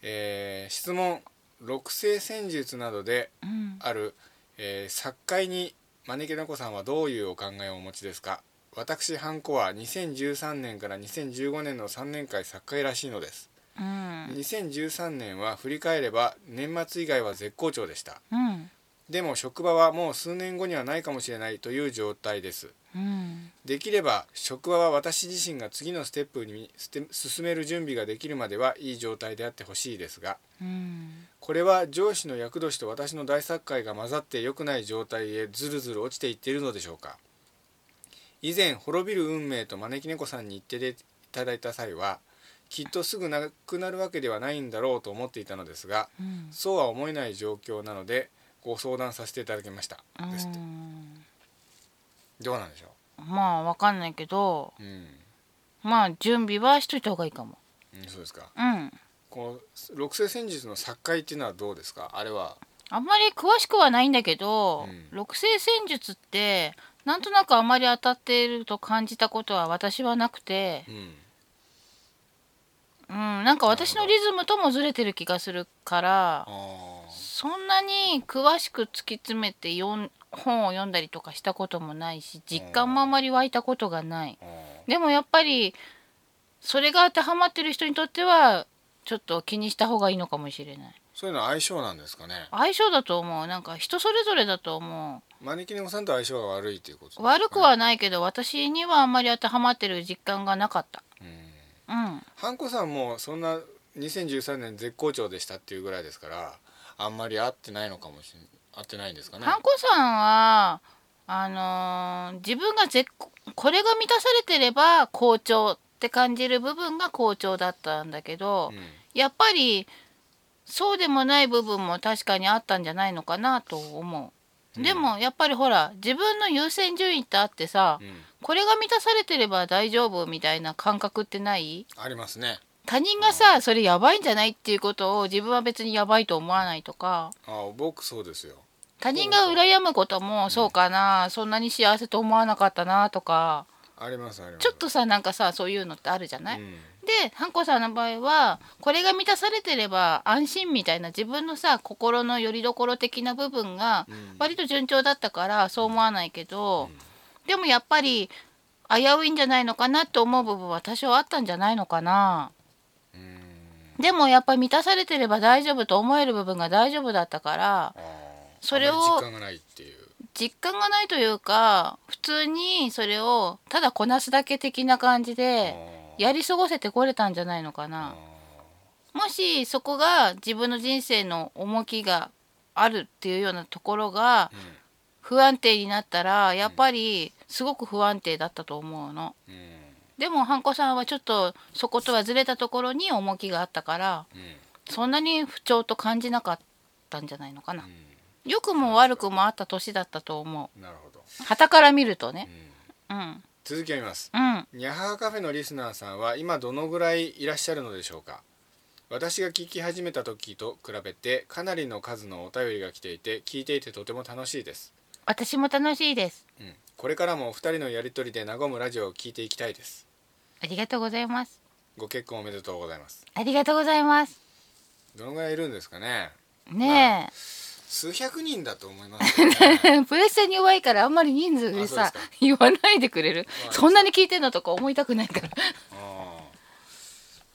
えー質問六星戦術などでうんある、えー作界に招き猫さんはどういうお考えをお持ちですか私ハンコは2013年から2015年の3年間作界らしいのですうん2013年は振り返れば年末以外は絶好調でしたうんでも職場はもう数年後にはないかもしれないという状態ですうんできれば職場は私自身が次のステップにステ進める準備ができるまではいい状態であってほしいですがうんこれは上司の厄年と私の大作界が混ざって良くない状態へずるずる落ちていっているのでしょうか以前滅びる運命と招き猫さんに言っていただいた際はきっとすぐなくなるわけではないんだろうと思っていたのですがうんそうは思えない状況なのでご相談させていただきましたどうなんでしょまあわかんないけどううん、まあ準備はしといた方がいいかもうんそうですかうんこの六星戦術の作界っていうのはどうですかあれはあんまり詳しくはないんだけど、六星戦術ってなんとなくあまり当たっていると感じたことは私はなくて、うんうん、なんか私のリズムともずれてる気がするからそんなに詳しく突き詰めて読ん本を読んだりとかしたこともないし実感もあまり湧いたことがないでもやっぱりそれが当てはまってる人にとってはちょっと気にした方がいいのかもしれないそういうのは相性なんですかね相性だと思うなんか人それぞれだと思う招き猫さんと相性が悪いっていうこと悪くはないけど私にはあんまり当てはまってる実感がなかったうんハンコさんもそんな2013年絶好調でしたっていうぐらいですからあんまり合ってないのかもしれない合ってないんですかねハンコさんはあのー自分が絶好これが満たされてれば好調って感じる部分が好調だったんだけど、やっぱりそうでもない部分も確かにあったんじゃないのかなと思う。でもやっぱりほら自分の優先順位ってあってさ、これが満たされてれば大丈夫みたいな感覚ってないありますね他人がさそれやばいんじゃないっていうことを自分は別にやばいと思わないとかあ僕そうですよ他人が羨むこともそうかな、そんなに幸せと思わなかったなとかありますありますちょっとさなんかさそういうのってあるじゃない、うんでハンコさんの場合はこれが満たされてれば安心みたいな自分のさ心の拠り所的な部分が割と順調だったからそう思わないけど、でもやっぱり危ういんじゃないのかなって思う部分は多少あったんじゃないのかな。でもやっぱり満たされてれば大丈夫と思える部分が大丈夫だったからそれをあんまり実感がないっていう実感がないというか普通にそれをただこなすだけ的な感じでやり過ごせてこれたんじゃないのかなもしそこが自分の人生の重きがあるっていうようなところが不安定になったらやっぱりすごく不安定だったと思うの、でもハンコさんはちょっとそことはずれたところに重きがあったからそんなに不調と感じなかったんじゃないのかな、良くも悪くもあった年だったと思うなるほど旗から見るとねうん続きを見ます、うんニャハハカフェのリスナーさんは今どのぐらいいらっしゃるのでしょうか私が聞き始めた時と比べてかなりの数のお便りが来ていて聞いていてとても楽しいです私も楽しいですこれからもお二人のやりとりで和むラジオを聞いていきたいですありがとうございますご結婚おめでとうございますありがとうございますどのぐらいいるんですかねね数百人だと思いますえ、プレッシャーに弱いからあんまり人数であさそうです 言わないでくれるはいそんなに聞いてんのとか思いたくないから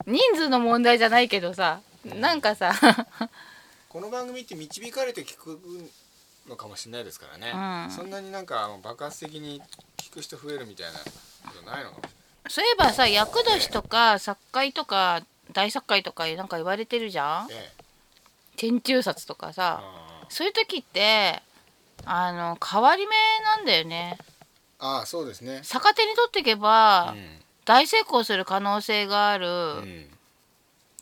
人数の問題じゃないけどさなんかさ この番組って導かれて聞くのかもしれないですからね、うんそんなになんかあの爆発的に聞く人増えるみたいなことないのかもしそういえばさ厄年とか作界とか大作界とかなんか言われてるじゃん、れない、え天中殺とかさそういう時ってあの変わり目なんだよねああそうですね逆手に取っていけば、大成功する可能性がある、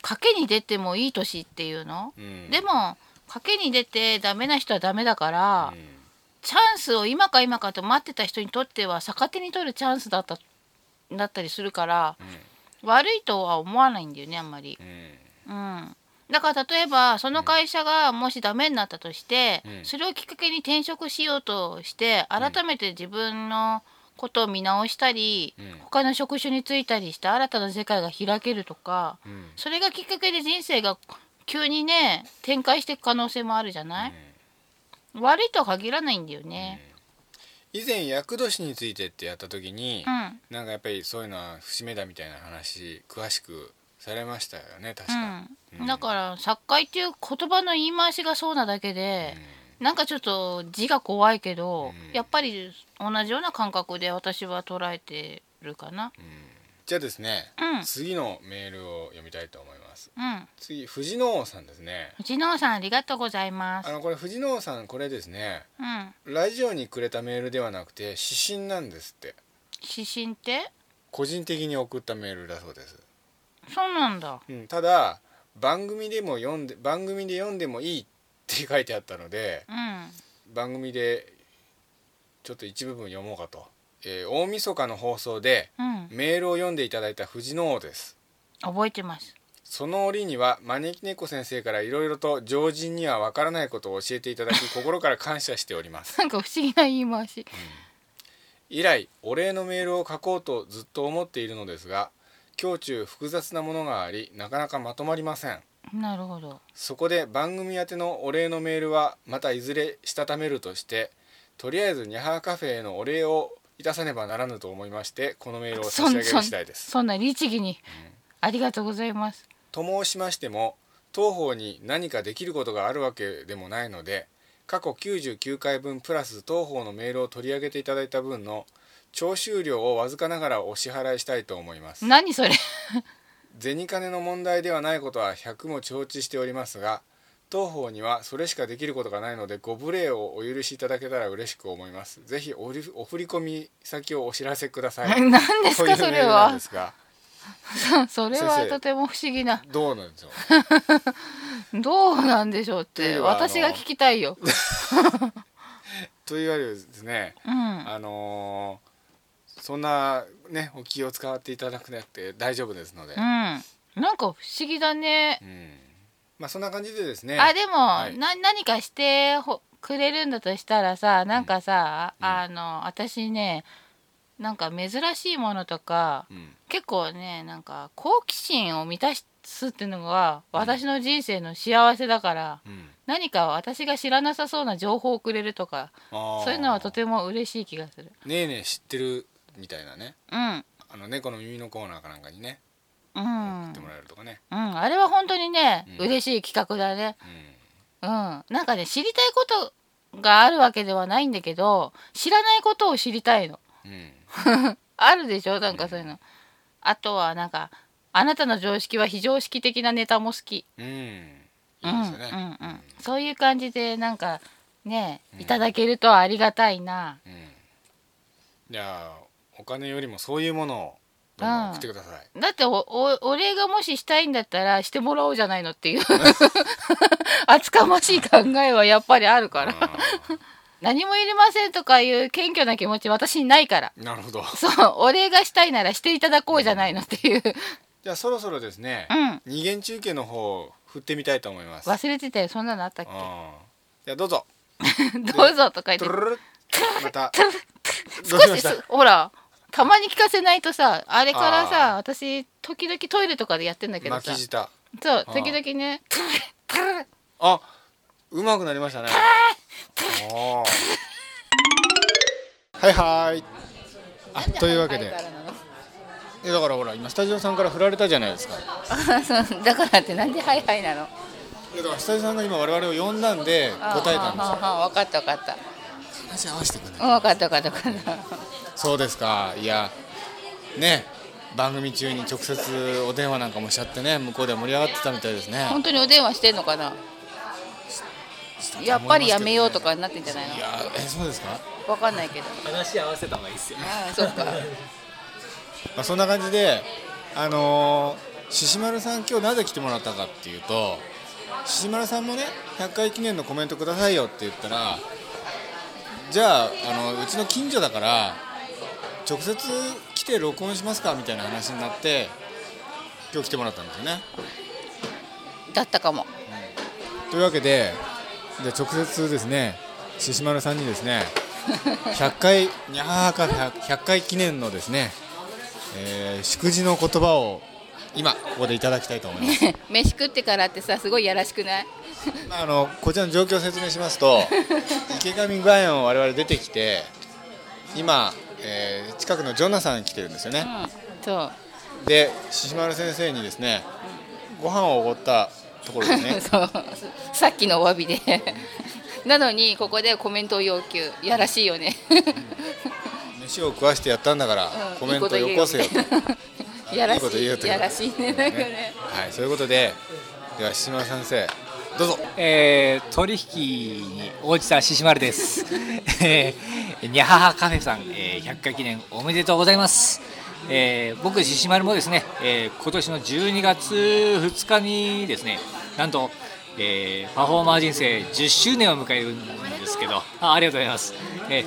賭けに出てもいい年っていうの、うんでも賭けに出てダメな人はダメだから、チャンスを今か今かと待ってた人にとっては逆手に取るチャンスだっただったりするから、悪いとは思わないんだよねあんまり。うんだから例えばその会社がもしダメになったとして、うんそれをきっかけに転職しようとして改めて自分のことを見直したり、他の職種に就いたりして新たな世界が開けるとか、それがきっかけで人生が急にね展開していく可能性もあるじゃない、悪いとは限らないんだよね。以前厄年についてってやった時に、うんなんかやっぱりそういうのは節目だみたいな話詳しくされましたよね確うか、んだから作界っていう言葉の言い回しがそうなだけで、なんかちょっと字が怖いけど、やっぱり同じような感覚で私は捉えてるかな。じゃあですね、うん次のメールを読みたいと思いますうん、次藤野さんですね藤野さんありがとうございますあ。のこれ藤野さんこれですねうん、ラジオにくれたメールではなくて指針なんですって指針って個人的に送ったメールだそうです、そうなんだ。うん、ただ番組でも読んで番組で読んでもいいって書いてあったのでうん、番組でちょっと一部分読もうかと、えー大晦日の放送でうん、メールを読んでいただいた藤野王です覚えてます。その折には招き猫先生からいろいろと常人にはわからないことを教えていただき心から感謝しておりますなんか不思議な言い回し。以来お礼のメールを書こうとずっと思っているのですが胸中複雑なものがありなかなかまとまりませんなるほど。そこで番組宛てのお礼のメールはまたいずれしたためるとしてとりあえずニャハーカフェへのお礼をいたさねばならぬと思いましてこのメールを差そしん上げそるん次第ですそんな律儀に、ありがとうございます。と申しましても当方に何かできることがあるわけでもないので過去99回分プラス当方のメールを取り上げていただいた分の徴収料をわずかながらお支払いしたいと思います何 それ。銭金の問題ではないことは百も承知しておりますが当方にはそれしかできることがないのでご無礼をお許しいただけたら嬉しく思いますぜひおりお振り込み先をお知らせくださ い何ですかというそれはメールなんですがそれ先は生とても不思議な。 どうなんでしょうどうなんでしょうっというてよりはあの私が聞きたいよ。 というわけでですね、うんあのーそんなねお気を使っていただくなくて大丈夫ですので、うん。なんか不思議だね。まあそんな感じでですねあでも、はいな何かしてほくれるんだとしたらさなんかさ、あの私ねなんか珍しいものとか、結構ねなんか好奇心を満たすっていうのが私の人生の幸せだから、何か私が知らなさそうな情報をくれるとかあーそういうのはとても嬉しい気がする。ねえねえ知ってるみたいなねうんあの猫の耳のコーナーかなんかにねうん、もらえるとかねうん、あれは本当にね、嬉しい企画だね。うん、なんかね、知りたいことがあるわけではないんだけど、知らないことを知りたいの。 あるでしょ、なんかそういうの。あとは、なんか、あなたの常識は非常識的なネタも好き。うんうん、うん、うん、そういう感じで、なんか、ね、いただけるとありがたいな。じゃあお金よりもそういうものをどんどん送ってください、だっておおお礼がもししたいんだったらしてもらおうじゃないのっていう 厚かましい考えはやっぱりあるから何もいりませんとかいう謙虚な気持ち私にないからなるほど そうお礼がしたいならしていただこうじゃないのって いうじゃあそろそろですね、二元中継の方を振ってみたいと思います忘れてたよそんなのあったっけじゃあどうぞどうぞとか言って またど少うしまししたすほらたまに聞かせないとさあれからあさ私時々トイレとかでやってんだけど 巻さき舌そうあー時々ねあうまくなりまし たねおーはいはーいあというわけでえだからほら今スタジオさんから振られたじゃないですかあ そうだからってなんでハイハイなのいやだからスタジオさんが今我々を呼んだんで答えたんですよ分かった分かった話合わせてくれ分かった分かった分かっそうですかいやね番組中に直接お電話なんかもしちゃってね向こうでは盛り上がってたみたいですねた本当にお電話してんのかなやっぱりやめようとかになってんじゃないのえそうですかわかんないけど話合わせた方がいいっすよああそっかまあそんな感じであのー、獅子丸さん今日なぜ来てもらったかっていうと獅子丸さんもね100回記念のコメントくださいよって言ったらじゃああのうちの近所だから直接来て録音しますかみたいな話になって今日来てもらったんですよねだったかも というわけでじゃあ直接ですね獅子丸さんにです ね100回にゃーか 100, 100回記念のですね、えー祝辞の言葉を今ここでいただきたいと思います飯食ってからってさすごいやらしくないまああのこちらの状況を説明しま すと池上バイオンを我々出てきて今、えー近くのジョナサンに来てるんですよね、そうで獅子丸先生にですねご飯をおごったところです ねそうさっきのお詫びでなのにここでコメントを要求やらしいよね飯を食わしてやったんだから、うんコメントよこせよ といいこと言うよあやらいいことしい言うというやらしいねなんかねはいそういうことででは獅子丸先生どうぞえー取引に応じた獅子丸です。 えーにゃははカフェさん、えー100回記念おめでとうございます。えー僕、獅子丸もですね、えー今年の12月2日にですね、なんと、えーパフォーマー人生10周年を迎えるんですけど、あありがとうございます。えー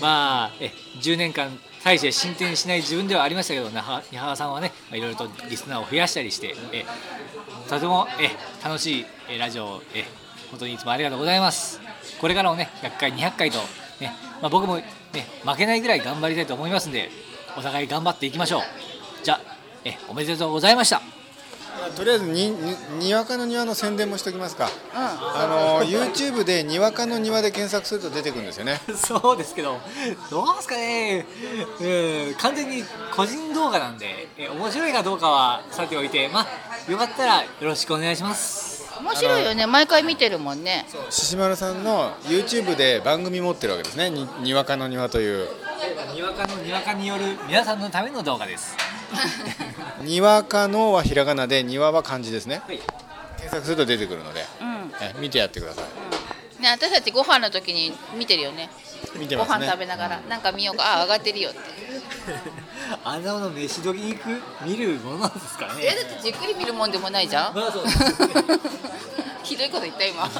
まあえー10年間大して進展しない自分ではありましたけど、なはにゃははさんはね、まあいろいろとリスナーを増やしたりして、えーとてもえー楽しいえーラジオをえー本当にいつもありがとうございますこれからもね100回200回と、ねまあ、僕も、ね、負けないぐらい頑張りたいと思いますんでお互い頑張っていきましょうじゃあえおめでとうございましたとりあえずにににわかの庭の宣伝もしておきますか、あの YouTube で「にわかの庭」で検索すると出てくるんですよね そうですけどどうですかねうん完全に個人動画なんでえ面白いかどうかはさておいてまあよかったらよろしくお願いします面白いよね毎回見てるもんね獅子丸さんの YouTube で番組持ってるわけですねににわかの庭というにわかのにわかによる皆さんのための動画ですにわかのはひらがなで庭は漢字ですね、検索すると出てくるので、うんえ見てやってくださいね私たちご飯の時に見てるよね見てごます飯ね食べながらなんか見ようかあ上がってるよってあんなもの飯時に行く見るものなんですかねえだってじっくり見るもんでもないじゃん ひどいこと言った今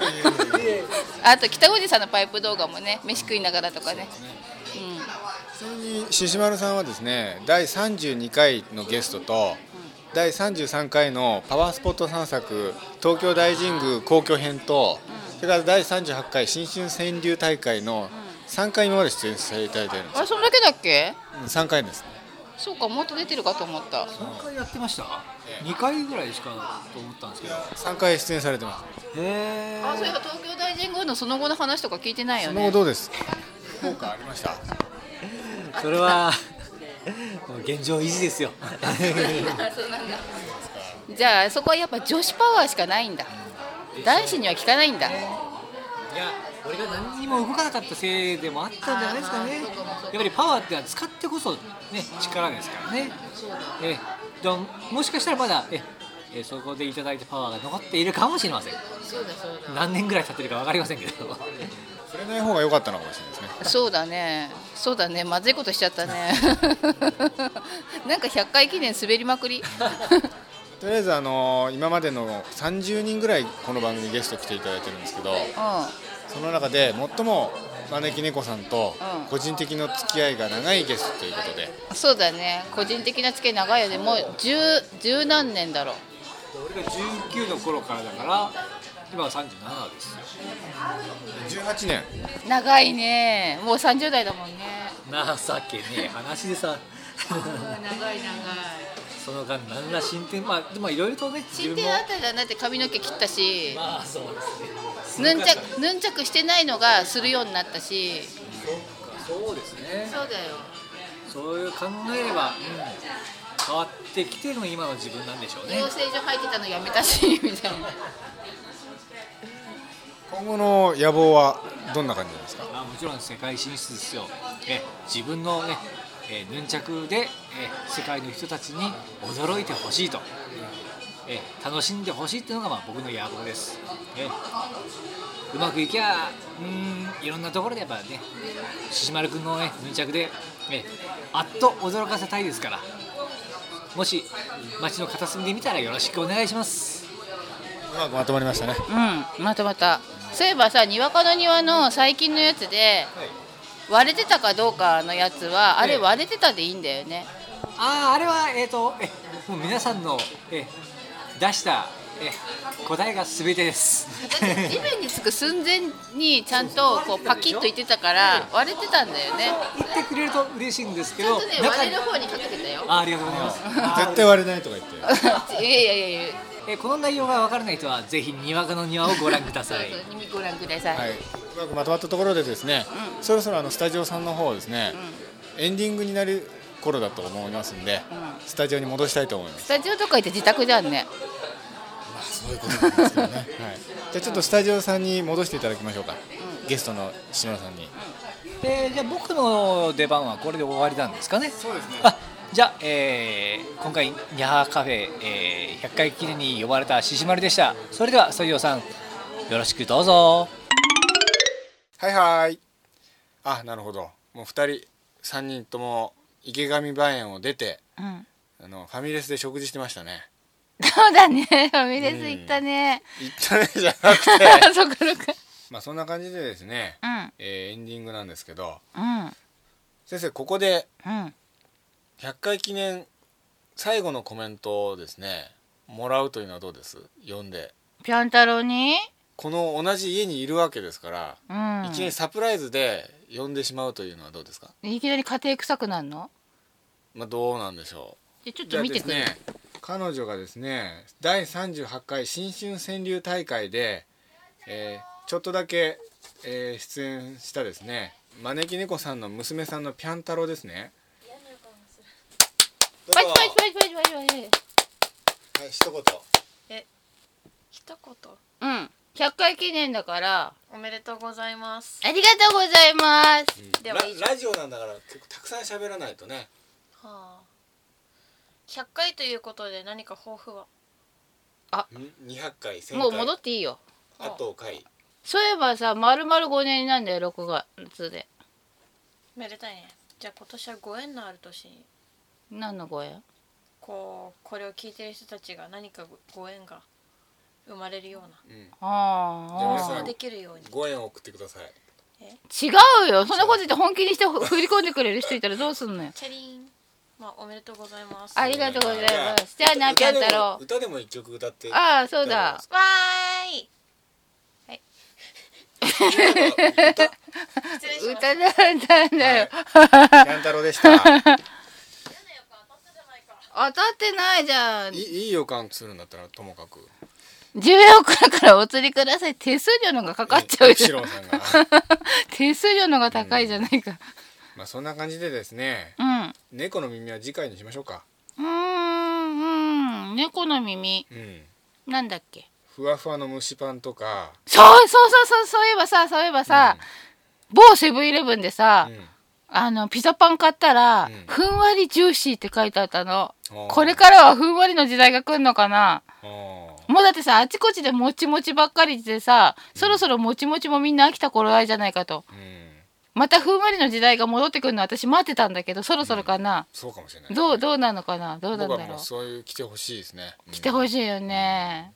あと北口さんのパイプ動画もね飯食いながらとかね獅子丸さんはですね第32回のゲストと第33回のパワースポット散策東京大神宮皇居編とそれから第38回新春川柳大会の3回今まで出演していただいてるんでうんあそんだけだっけす3回ですそうかもっと出てるかと思った3回やってました2回ぐらいしかと思ったんですけど3回出演されてますへあそういえば東京大神宮のその後の話とか聞いてないよそねの後どうです効果ありましたそれはもう現状維持 ですよそうなんだじゃあそこはやっぱ女子パワーしかないんだ男子には効かないんだいや俺が何にも動かなかったせいでもあったんじゃないですかねやっぱりパワーってのは使ってこそね力ですからねえでももしかしたらまだええそこでいただいたパワーが残っているかもしれませんそうだそう何年ぐらい経ってるか分かりませんけど触れない方が良かったのかもしれないですねそうだねそうだねまずいことしちゃった ねなんか100回記念滑りまくりとりあえずあの今までの30人ぐらいこの番組ゲスト来ていただいてるんですけどうその中で最も招き猫さんと個人的な付き合いが長いゲストということで、んそうだね個人的な付き合い長いよねもう十十何年だろう俺が19の頃からだから今は37ですよ18年長いねもう30代だもんね情けねえ話でさ長い長いその間何ら進展まあでもいろいろとね自進分も展あったじゃんだって髪の毛切ったしまあそうですヌンチャクヌンチャクしてないのがするようになったしそうですねそうだよそういう考えれば、うん変わってきての今の自分なんでしょうね養成所入ってたのやめたしみたいな今後の野望はどんな感じなんですかあもちろん世界進出ですよえ自分のねえヌンチャクでえ世界の人たちに驚いてほしいとえ楽しんでほしいっていうのがまあ僕の野望ですえうまくいきゃうんいろんなところでやっぱねしまるくんのねヌンチャクで、ね、あっと驚かせたいですからもし街の片隅で見たらよろしくお願いしますうまくまとまりましたねうんまとまったそういえばさにわかの庭の最近のやつで、割れてたかどうかのやつはあえれえ割れてたでいいんだよね、あああれはえっ、とえもう皆さんのえ出したえ答えが全てです地面につく寸前にちゃんとこうパキッといってたから割れてたんだよね言ってくれると嬉しいんですけちゃどんとね中に割れる方にかけてたよあありがとうございます 絶対割れないとか言っていやいやいやいやえこの内容が分からない人はぜひにわかの庭をご覧くださいご覧ください、はい、うまくまとまったところでですね、そろそろあのスタジオさんの方ですね、エンディングになる頃だと思いますんで、スタジオに戻したいと思いますスタジオとか行って自宅じゃんねそういうことなんですけどね、はい、じゃあちょっとスタジオさんに戻していただきましょうか、ゲストの志村さんに、でじゃあ僕の出番はこれで終わりなんですかねそうですねあじゃあ、えー今回ニャハカフェ、えー100回記念に呼ばれたししまるでしたそれではそようさんよろしくどうぞはいはいあなるほどもう2人3人とも池上梅園を出てうん、あのファミレスで食事してましたねそうだねファミレス行ったね、行ったねじゃなく てそっかそっかまあそんな感じでですね、うんえーエンディングなんですけどうん先生ここでうん100回記念最後のコメントをですねもらうというのはどうです読んでぴょん太郎にこの同じ家にいるわけですから、うん一年サプライズで呼んでしまうというのはどうですか、いきなり家庭臭くなるのまあ、どうなんでしょうじゃあちょっと見てくれじゃあですね彼女がですね第38回新春川柳大会で、えーちょっとだけ、えー出演したですね招き猫さんの娘さんのぴゃん太郎ですねパチパチパチパチパチパチはい一言え一言うん100回記念だからおめでとうございますありがとうございます、では以上ラジオなんだから結構たくさん喋らないとねはあ100回ということで何か抱負はあ200回1000もう戻っていいよあと回そういえばさ丸々5年になんだよ6月でめでたいねじゃあ今年はご縁のある年に何のご縁こうこれを聞いてる人たちが何かごご縁が生まれるようなあそあうできるようにご縁を送ってください違うよそんなこと言って本気にして振り込んでくれる人いたらどうすんのよチャリンまあおめでとうございますありがとうございますじゃあなぴゃん太郎歌でも一曲歌ってああそうだわーい歌だったんだよ、ぴゃん太郎でした 当たってないじゃんいいい予感するんだったらともかく10円からからお釣りください手数料の方がかかっちゃうじゃんうんシロー 手数料の方が高いじゃないかまあそんな感じでですねうんう猫の耳は次回にしましょうかーんうん猫の耳うんなんだっけふわふわの蒸しパンとかそうそうそうそうそういえばさそういえばさ、某セブンイレブンでさ、あのピザパン買ったら、ふんわりジューシーって書いてあったのおーこれからはふんわりの時代が来るのかなもうだってさあちこちでもちもちばっかりでさそろそろもちもちもみんな飽きた頃合いじゃないかと、またふんわりの時代が戻ってくるの私待ってたんだけどそろそろかな、そうかもしれないどうどうなのかなどうなんだ僕はろもううそういう来てほしいですね来てほしいよね、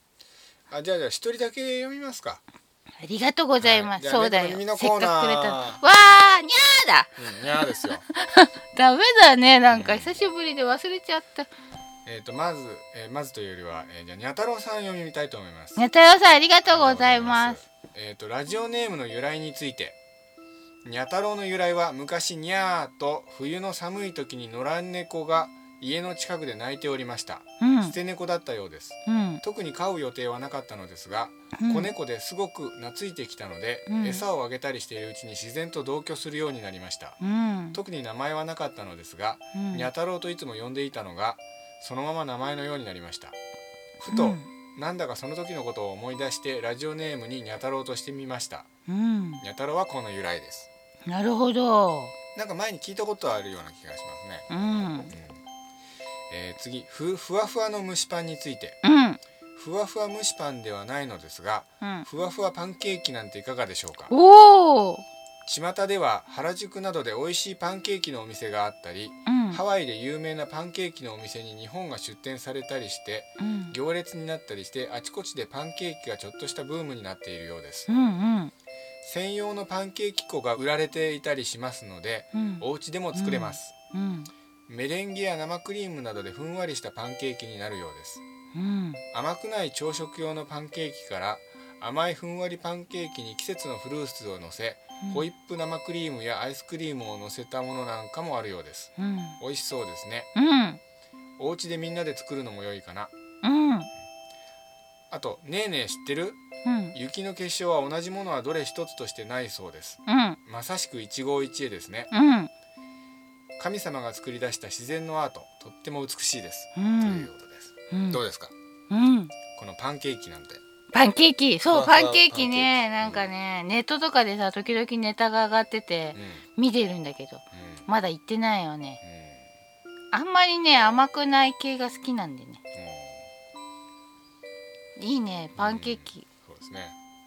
あじゃあじゃあ一人だけ読みますかありがとうございます、はいそうだよじゃあせっねかこくくの耳のコーれたナーのわーにゃーだいやですよダメだ ねなんか久しぶりで忘れちゃった。えっとまずえーまずというよりはえーじゃあにゃ太郎さん読みたいと思いますネタよさんありがとうございます。えー、とラジオネームの由来についてにゃ太郎の由来は昔にゃーと冬の寒い時に野良猫が家の近くで泣いておりました、うん捨て猫だったようです、うん特に飼う予定はなかったのですが、うん子猫ですごく懐いてきたので、うん餌をあげたりしているうちに自然と同居するようになりました、うん特に名前はなかったのですが、うんにゃ太郎といつも呼んでいたのがそのまま名前のようになりましたふと、なんだかその時のことを思い出してラジオネームににゃ太郎としてみましたうん、にゃ太郎はこの由来ですなるほど。なんか前に聞いたことあるような気がしますうね、ん、えー次ふふわふわの蒸しパンについて、うん、ふわふわ蒸しパンではないのですが、ふわふわパンケーキなんていかがでしょうかおお巷では原宿などで美味しいパンケーキのお店があったり、うんハワイで有名なパンケーキのお店に日本が出店されたりして、うん行列になったりしてあちこちでパンケーキがちょっとしたブームになっているようです、うんうん専用のパンケーキ粉が売られていたりしますので、うんお家でも作れます、うんメレンゲや生クリームなどでふんわりしたパンケーキになるようですうん甘くない朝食用のパンケーキから甘いふんわりパンケーキに季節のフルーツをのせ、うんホイップ生クリームやアイスクリームをのせたものなんかもあるようです、うん美味しそうですね、うんお家でみんなで作るのも良いかなうんあとねえねえ知ってるうん雪の結晶は同じものはどれ一つとしてないそうです、うんまさしく一期一会ですね、うん神様が作り出した自然のアートとっても美しいです、うんということです、うんどうですかうんこのパンケーキなんてパンケーキそうふわパふわンケーキねなんかねネットとかでさ時々ネタが上がってて見てるんだけどまだ行ってないよねあんまりね甘くない系が好きなんでねいいねパンケーキそうですね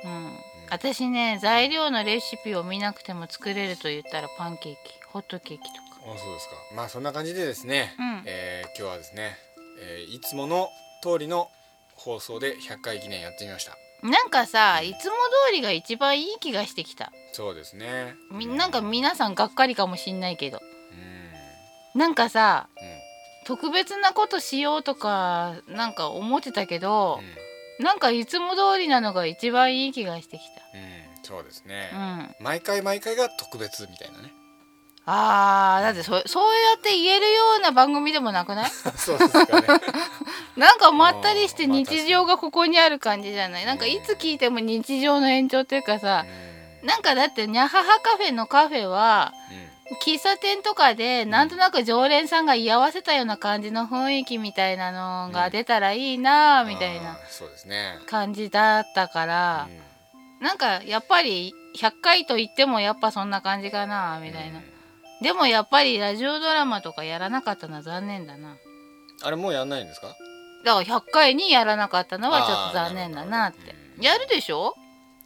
うん私ね材料のレシピを見なくても作れると言ったらパンケーキホットケーキとかあそうですかまあそんな感じでですね、うんえー今日はですね、えーいつもの通りの放送で100回記念やってみましたなんかさいつも通りが一番いい気がしてきたそうですねみなんか皆さんがっかりかもしんないけど、なんかさ、特別なことしようとかなんか思ってたけど、なんかいつも通りなのが一番いい気がしてきうんそうですね、う毎回毎回が特別みたいなねたあーだってそそうやって言えるような番組でもなくない そうですかね なんかまったりして日常がここにある感じじゃないなんかいつ聞いても日常の延長っていうかさ、なんかだってにゃははカフェのカフェは、喫茶店とかでなんとなく常連さんが居合わせたような感じの雰囲気みたいなのが出たらいいなあみたいなそうですね感じだったから、なんかやっぱり100回と言ってもやっぱそんな感じかなあみたいな、でもやっぱりラジオドラマとかやらなかったのは残念だなあれもうやんないんですかだから100回にやらなかったのはちょっと残念だなってやるでしょ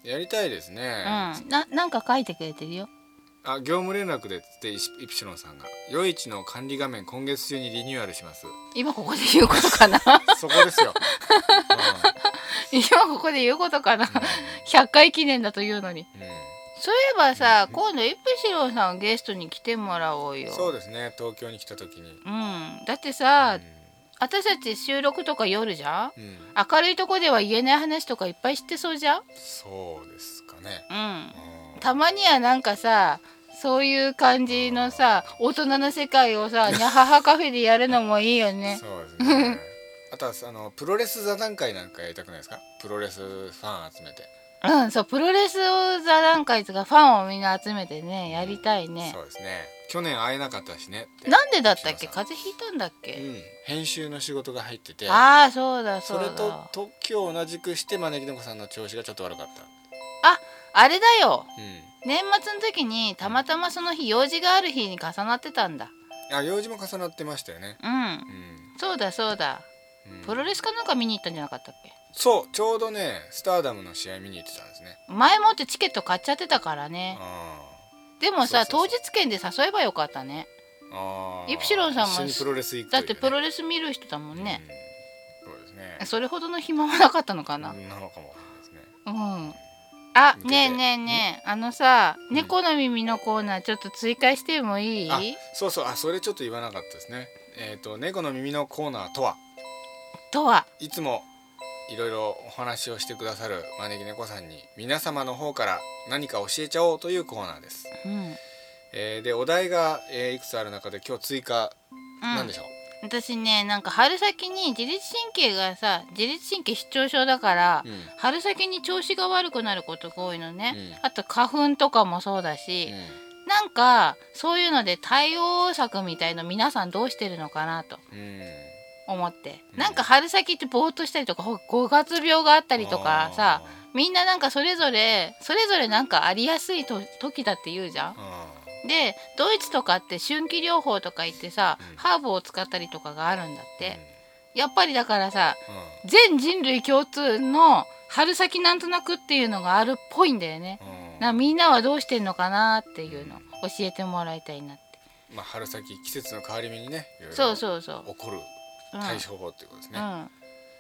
やりたいですねう、んななんか書いてくれてるよあ業務連絡でつってイシイプシロンさんが「夜市の管理画面今月中にリニューアルします今ここで言うことか なそこです よ今ここで言うことかな100回記念だというのに、そういえばさ今度イプシロンさんをゲストに来てもらおう」よそうですね東京に来た時に、うんだってさ、私たち収録とか夜じゃんうん、明るいとこでは言えない話とかいっぱい知ってそうじゃんそうですかねうんたまにはなんかさそういう感じのさ大人の世界をさにゃははカフェでやるのもいいよねそうですねあとはあのプロレス座談会なんかやりたくないですかプロレスファン集めて うんそうプロレスを座談会とかファンをみんな集めてねやりたいねそうですね去年会えなかったしねなんでだったっけ風邪ひいたんだっけ、編集の仕事が入っててああそうだそそうだれと時を同じくして招き猫さんの調子がちょっと悪かったああれだようん年末の時にたまたまその日用事がある日に重なってたんだあ用事も重なってましたよねうん、そうだそうだ、プロレスかなんか見に行ったんじゃなかったっけそうちょうどねスターダムの試合見に行ってたんですね前もってチケット買っちゃってたからねでもさ当日券で誘えばよかったねあーイプシロンさんも一緒にプロレス行くだといっうてプロレス見る人だもんね、そうですねそれほどの暇はなかったのかななのかもわかんないですねうんあねえねえねえあのさ「猫の耳」のコーナーちょっと追加してもいあいそうそうあそれちょっと言わなかったですねえっ、と猫の耳のコーナーとはとはいつもいろいろお話をしてくださる招き猫さんに皆様の方から何か教えちゃおうというコーナーです、うんえーでお題が、えーいくつある中で今日追加、なんでしょう私ねなんか春先に自律神経がさ自律神経失調症だから、うん春先に調子が悪くなることが多いのね、うんあと花粉とかもそうだし、なんかそういうので対応策みたいの皆さんどうしてるのかなと思って、なんか春先ってぼーっとしたりとかほ五月病があったりとかさみんななんかそれぞれそれぞれなんかありやすいと時だって言うじゃん。でドイツとかって春季療法とか言ってさ、ハーブを使ったりとかがあるんだって、やっぱりだからさ、全人類共通の春先なんとなくっていうのがあるっぽいんだよね、なみんなはどうしてんのかなっていうの教えてもらいたいなってまあ、春先季節の変わり目にねいろいろそうそうそう起こる対処法っていうことですね、うん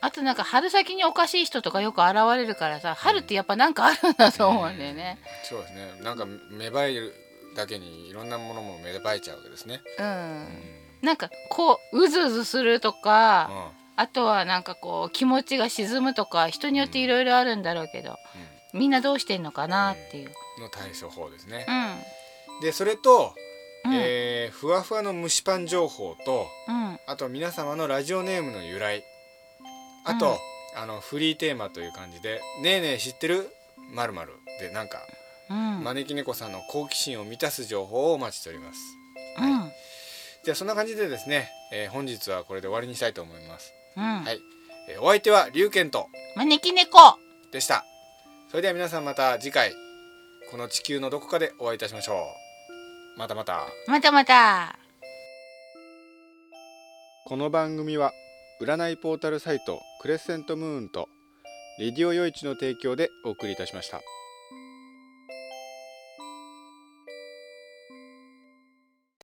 あとなんか春先におかしい人とかよく現れるからさ春ってやっぱなんかあるんだと思うんだよね、そうですねなんか芽生えるだけにいろんなものも芽生えちゃうわけですねうん、なんかこううずうずするとか、あとはなんかこう気持ちが沈むとか人によっていろいろあるんだろうけど、みんなどうしてんのかなっていう、の対処法ですね、でそれと、うんえーふわふわの蒸しパン情報とうんあと皆様のラジオネームの由来あと、あのフリーテーマという感じで「ねえねえ知ってるまるまるでなんか、うん招き猫さんの好奇心を満たす情報をお待ちしておりますうんじゃあそんな感じでですね、えー本日はこれで終わりにしたいと思います、うんはい、えーお相手は龍賢と招き猫でしたそれでは皆さんまた次回この地球のどこかでお会いいたしましょうまたまたまたまたこの番組は占いポータルサイトクレッセントムーンとレディオヨイチの提供でお送りいたしました。